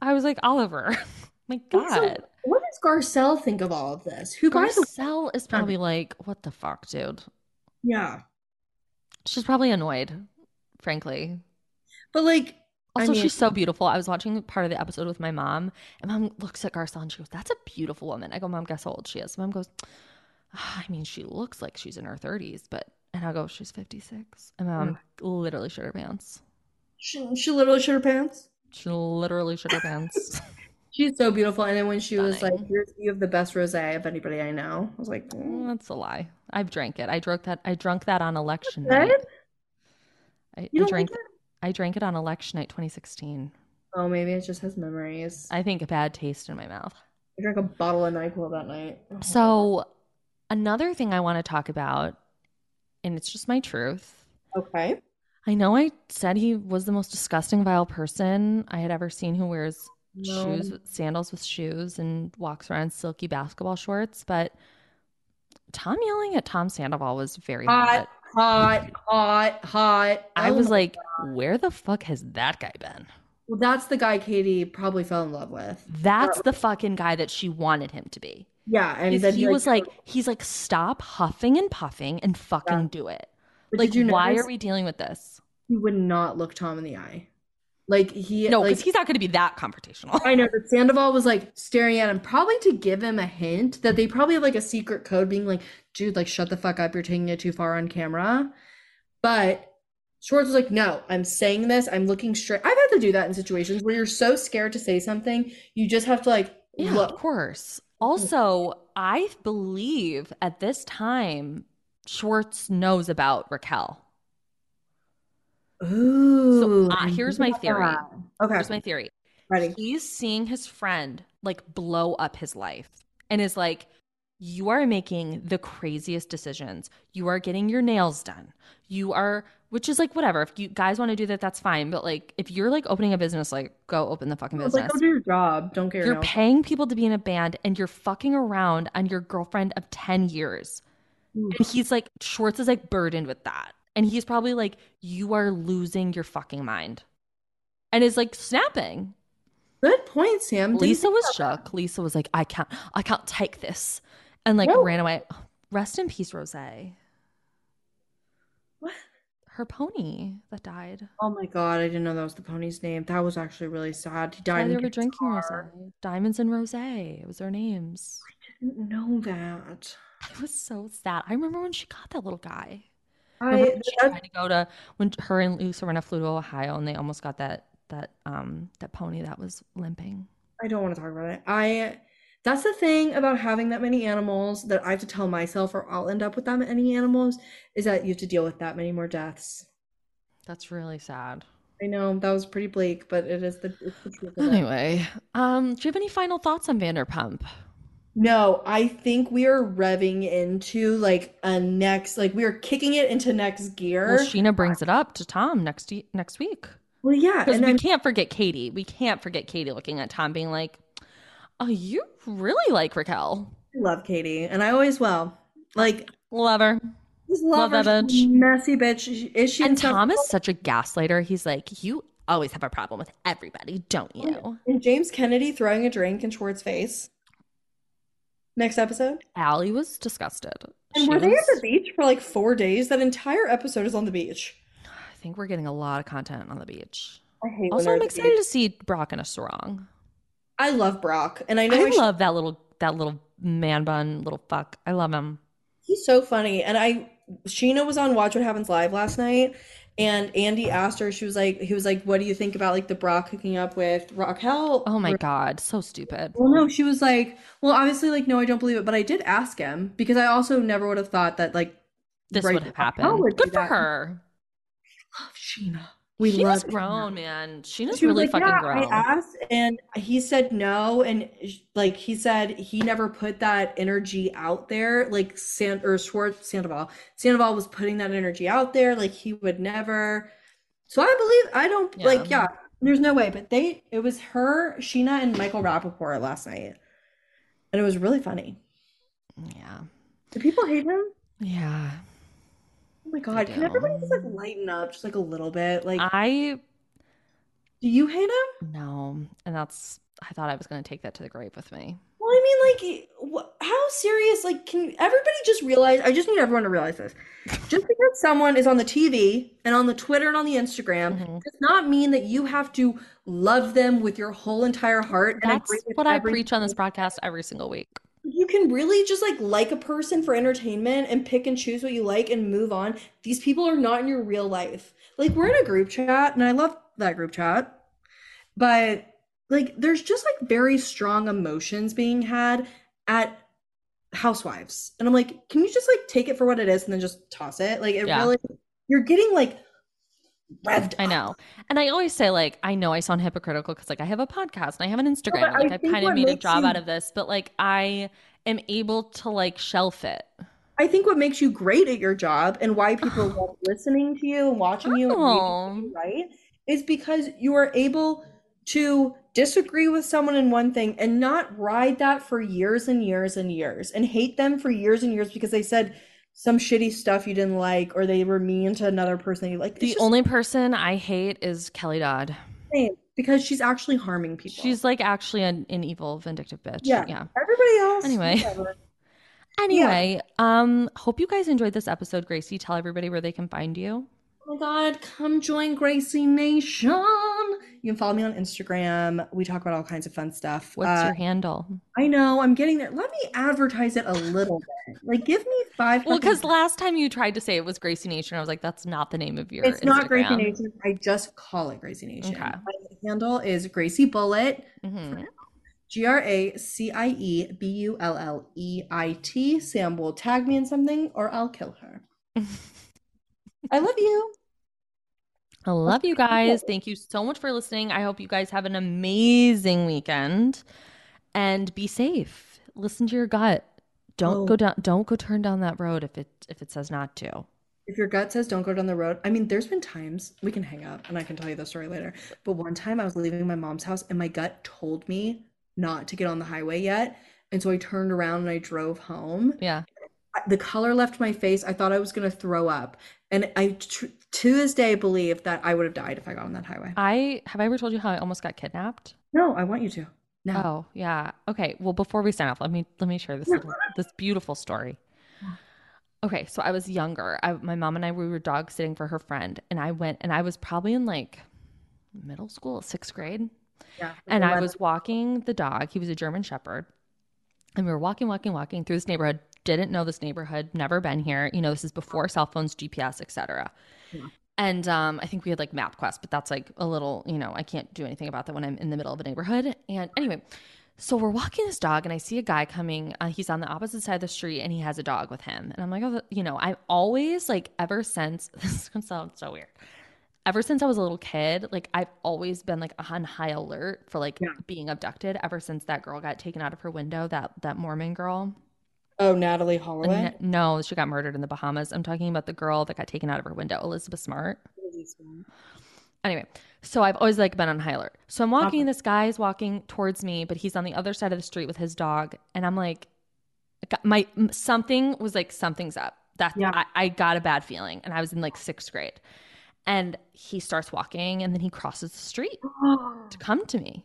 A: I was like, Oliver, my
B: Also,
A: God.
B: what does Garcelle think of all of this? Who by the
A: Garcelle is probably like, what the fuck, dude?
B: yeah,
A: She's probably annoyed, frankly.
B: but like I
A: Also,
B: mean-
A: she's so beautiful. I was watching part of the episode with my mom, and mom looks at Garcelle and she goes, That's a beautiful woman. I go, Mom, guess how old she is? Mom goes, "Ah, I mean, she looks like she's in her 30s, but, and I go, She's 56. And mom literally shit her pants.
B: she, she literally shit her pants.
A: She literally shit her pants.
B: She's so beautiful. And then when she was like,
A: Stunning.
B: Here's, "You have the best rosé of anybody I know," I was like,
A: Mm,
B: mm,
A: That's a lie. I've drank it. I drank that. I drunk that on election
B: What?
A: night. I,
B: "You
A: I
B: don't like
A: drank.
B: it?"
A: I drank it on election night, 2016.
B: Oh, maybe it just has memories. I,
A: I think a bad taste in my mouth.
B: drank a bottle of Nyquil that night. Oh,
A: So, another thing I want to talk about, and it's just my truth.
B: okay,
A: I know I said he was the most disgusting, vile person I had ever seen who wears shoes, with- sandals with shoes, and walks around in silky basketball shorts. But Tom yelling at Tom Sandoval was very hot.
B: hot, hot, hot, hot.
A: I
B: Oh
A: was
B: my-
A: like, where the fuck has that guy been?
B: well, that's the guy Katie probably fell in love with.
A: That's the fucking guy that she wanted him to be.
B: Yeah, and
A: 'Cause
B: then
A: he was like, he's like, stop huffing and puffing and fucking do it.
B: But
A: Like,
B: did you
A: why
B: notice
A: are we dealing with this?
B: He would not look Tom in the eye. Like he,
A: No,
B: like,
A: because he's not going to be that confrontational.
B: I know, but Sandoval was like staring at him, probably to give him a hint that they probably have like a secret code being like, dude, like shut the fuck up, you're taking it too far on camera. But Schwartz was like, no, I'm saying this, I'm looking straight. I've had to do that in situations where you're so scared to say something, you just have to like
A: yeah, of
B: look.
A: course. Also, I believe at this time, Schwartz knows about Raquel.
B: Ooh.
A: ah,
B: I
A: here's my
B: knew
A: theory.
B: uh, that. Okay.
A: Here's my theory.
B: Ready.
A: he's seeing his friend like blow up his life and is like, you are making the craziest decisions. You are getting your nails done. You are, which is like whatever. If you guys want to do that, that's fine. But like, if you're like opening a business, like go open the fucking
B: It's
A: business.
B: like go do your job. Don't care.
A: You're
B: no.
A: paying people to be in a band and you're fucking around on your girlfriend of 10 years.
B: Mm.
A: And he's like, Schwartz is like burdened with that. And he's probably like, you are losing your fucking mind. And is like snapping.
B: Good point, Sam. Didn't
A: Lisa
B: think
A: was
B: about that.
A: shook. Lisa was like, I can't, I can't take this. And like
B: No.
A: ran away. Rest in peace, Rose.
B: What?
A: Her pony that died.
B: Oh my god, I didn't know that was the pony's name. That was actually really sad. He
A: Why
B: died.
A: they
B: in
A: were
B: his
A: drinking Rose.
B: car.
A: Diamonds and Rose was their names.
B: Didn't know that.
A: I was so sad. I remember when she got that little guy.
B: I,
A: Remember when she
B: that-
A: tried to go to when her and Lou Serena flew to Ohio and they almost got that that um that pony that was limping.
B: I don't want to talk about it. I. That's the thing about having that many animals that I have to tell myself, or I'll end up with that many animals, is that you have to deal with that many more deaths.
A: That's really sad.
B: I know that was pretty bleak, but it is the, it's the truth. Of it.
A: Anyway, um, do you have any final thoughts on Vanderpump?
B: No, I think we are revving into like a next, like we are kicking it into next gear.
A: Well, Sheena brings it up to Tom next ye- next week
B: Well, yeah,
A: because
B: and
A: we
B: I'm,
A: can't forget Katie. We can't forget Katie looking at Tom, being like, "Oh, you really like Raquel?
B: I love Katie, and I always will. Like,
A: Love her."
B: just love,
A: Love
B: her.
A: that
B: She's a
A: bitch.
B: messy bitch. She- Is she
A: And
B: in stuff-
A: Tom is such a gaslighter. He's like, "You always have a problem with everybody, don't you?"
B: And James Kennedy throwing a drink in Schwartz's face. Next episode.
A: Allie was disgusted.
B: And
A: She
B: were they at
A: was-
B: the beach for like four days? That entire episode is on the beach.
A: I think we're getting a lot of content on the beach.
B: I hate. when
A: Also,
B: they're
A: I'm
B: at the
A: excited
B: beach.
A: to see Brock in a sarong.
B: I love Brock, and I know
A: I
B: we should-
A: love that little that little man bun little fuck. I love him.
B: He's so funny. And I, Sheena was on Watch What Happens Live last night, and Andy asked her, she was like, he was like, what do you think about like the Brock hooking up with Raquel?
A: Oh my god, so stupid.
B: Well, no, she was like, well, obviously, like, no, I don't believe it, but I did ask him because I also never would have thought that, like,
A: This
B: right,
A: would have
B: Raquel
A: happened.
B: would do
A: Good for
B: that.
A: her.
B: Love Sheena. We
A: Sheena's
B: love Sheena.
A: grown, man. Sheena's
B: She was
A: really
B: like,
A: fucking
B: yeah, I
A: grown.
B: asked, and he said no, and like he said he never put that energy out there. Like San or Schwartz Sandoval, Sandoval was putting that energy out there. Like he would never. So I believe I don't like yeah.
A: Yeah.
B: There's no way, but they it was her, Sheena, and Michael Rappaport last night, and it was really funny.
A: yeah.
B: Do people hate him?
A: Yeah.
B: Oh my god! Can
A: do.
B: everybody just like lighten up just like a little bit? Like,
A: I
B: do you hate him?
A: know. And that's I thought I was gonna take that to the grave with me.
B: Well, I mean, like, wh- how serious? Like, can everybody just realize? I just need everyone to realize this. Just because someone is on the TV and on the Twitter and on the Instagram
A: Mhm.
B: does not mean that you have to love them with your whole entire heart and
A: That's
B: agree with
A: what I
B: every-
A: preach on this broadcast every single week.
B: You can really just like like a person for entertainment and pick and choose what you like and move on. These people are not in your real life. Like, we're in a group chat, and I love that group chat but like there's just like very strong emotions being had at housewives and i'm like can you just like take it for what it is and then just toss it like it
A: Yeah.
B: really you're getting like revved
A: I
B: up.
A: know. And I always say, like, I know I sound hypocritical because, like, I have a podcast and I have an Instagram.
B: but
A: and, like,
B: I
A: I've
B: think
A: kind of
B: what
A: made a
B: makes
A: job
B: you-
A: out of this, but, like, I am able to, like, shelf it.
B: i think what makes you great at your job and why people love listening to you and watching you and reading
A: Oh,
B: right is because you are able to disagree with someone in one thing and not ride that for years and years and years and hate them for years and years because they said some shitty stuff you didn't like or they were mean to another person you like it's
A: the
B: just
A: only person I hate is Kelly Dodd.
B: insane because she's actually harming people
A: She's, like, actually an, an evil, vindictive bitch.
B: Yeah.
A: yeah.
B: everybody else
A: Anyway.
B: whatever.
A: Anyway, um, hope you guys enjoyed this episode. Gracie, tell everybody where they can find you.
B: Oh my God, come join Gracie Nation. You can follow me on Instagram. We talk about all kinds of fun stuff.
A: What's
B: Uh,
A: your handle?
B: I know, I'm getting there. Let me advertise it a little bit. Like, give me five.
A: Well,
B: fucking-
A: because last time you tried to say it was Gracie Nation, I was like, that's not the name of your
B: It's not Gracie
A: Instagram.
B: Nation. I just call it Gracie Nation.
A: Okay.
B: My handle is Gracie Bullet,
A: Mhm.
B: G R A C I E B U L L E I T. Sam will tag me in something or I'll kill her. I love you.
A: I love you guys. Thank you so much for listening. I hope you guys have an amazing weekend and be safe. Listen to your gut. Don't
B: Oh.
A: go down don't go turn down that road if it if it says not to.
B: If your gut says don't go down the road, I mean, there's been times we can hang up and I can tell you the story later. But one time I was leaving my mom's house and my gut told me not to get on the highway yet. And so I turned around and I drove home.
A: Yeah.
B: I- The color left my face. I thought I was going to throw up. And I, tr to this day, believe that I would have died if I got on that highway.
A: I have I ever told you how I almost got kidnapped?
B: No, I want you to. No.
A: Oh, yeah. Okay. Well, before we sign off, let me let me share this little, this beautiful story. Okay, so I was younger. I, my mom and I we were dog sitting for her friend, and I went and I was probably in like middle school, sixth grade,
B: Yeah.
A: and I
B: Eleven.
A: was walking the dog. He was a German Shepherd, and we were walking, walking, walking through this neighborhood. Didn't know this neighborhood. Never been here. You know, this is before cell phones, GPS, etc.
B: Yeah.
A: And um, I think we had like MapQuest, but that's like a little, you know, I can't do anything about that when I'm in the middle of a neighborhood. And anyway, so we're walking this dog, and I see a guy coming. Uh, he's on the opposite side of the street, and he has a dog with him. And I'm like, oh, th- you know, I've always like ever since this is gonna sound so weird. Ever since I was a little kid, like I've always been like on high alert for like
B: Yeah.
A: being abducted. Ever since that girl got taken out of her window, that that Mormon girl.
B: Oh, Natalie Holloway.
A: N- no, she got murdered in the Bahamas. I'm talking about the girl that got taken out of her window, Elizabeth Smart. Anyway, so I've always like been on high alert. So I'm walking, this guy is walking towards me, but he's on the other side of the street with his dog, and I'm like, I got- my m- something was like something's up. That's
B: Yeah.
A: I, I got a bad feeling, and I was in like sixth grade. And he starts walking, and then he crosses the street
B: Oh
A: to come to me,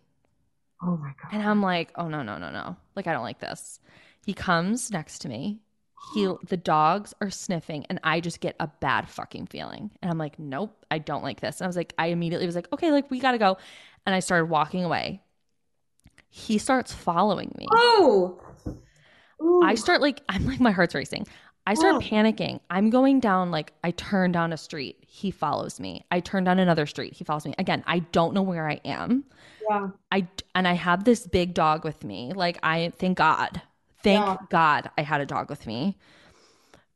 B: my God.
A: and I'm like, oh no no no no, like I don't like this. He comes next to me. He the dogs are sniffing, and I just get a bad fucking feeling, and I'm like, nope, I don't like this. And I was like, I immediately was like, okay, like we gotta go, and I started walking away. He starts following me.
B: Oh.
A: I start like I'm like my heart's racing. I start
B: Oh.
A: panicking. I'm going down like I turn down a street. He follows me. I turn down another street. He follows me. Again, I don't know where I am.
B: Yeah.
A: I and I have this big dog with me. Like I thank God. Thank
B: Yeah.
A: God I had a dog with me.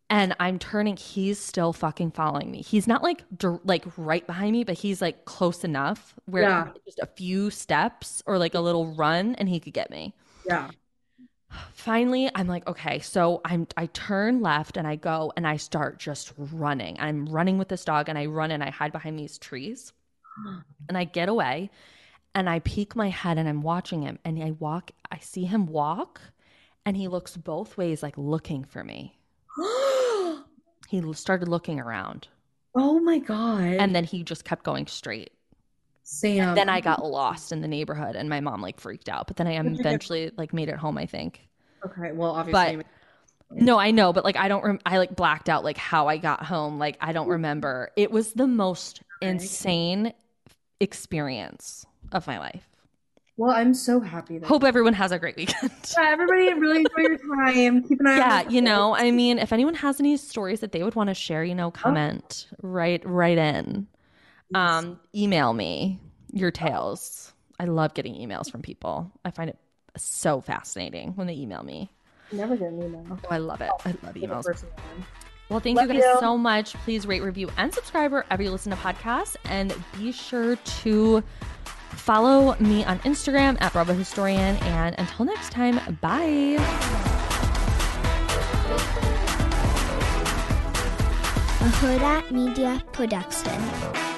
A: And I'm turning he's still fucking following me. He's not like dir- like right behind me, but he's like close enough where
B: Yeah.
A: just a few steps or like a little run and he could get me
B: Yeah.
A: finally i'm like okay so i'm i turn left and i go and i start just running i'm running with this dog and i run and i hide behind these trees and i get away and i peek my head and i'm watching him and i walk i see him walk and he looks both ways like looking for me he l- started looking around
B: Oh my God.
A: and then he just kept going straight
B: Sam.
A: then i got lost in the neighborhood and my mom like freaked out but then i
B: you do?
A: eventually like made it home i think
B: Okay, well, obviously,
A: No, I know, but like I don't rem- I like blacked out like how I got home. Like I don't remember. It was the most
B: Okay.
A: insane experience of my life.
B: well, I'm so happy. That
A: Hope everyone has a great weekend.
B: yeah, everybody really enjoy your time. Keep an eye. on
A: yeah,
B: the-
A: you know, I mean, if anyone has any stories that they would want to share, you know, comment right right in. Um email me your tales. I love getting emails from people. I find it so fascinating when they email me.
B: never get an email.
A: Oh, I love it. I love
B: You're the
A: emails.
B: first one.
A: Well, thank
B: Love
A: you guys
B: you.
A: so much. Please rate, review, and subscribe wherever you listen to podcasts. And be sure to follow me on Instagram at Bravo Historian. And until next time, bye.
C: a Huda Media Production.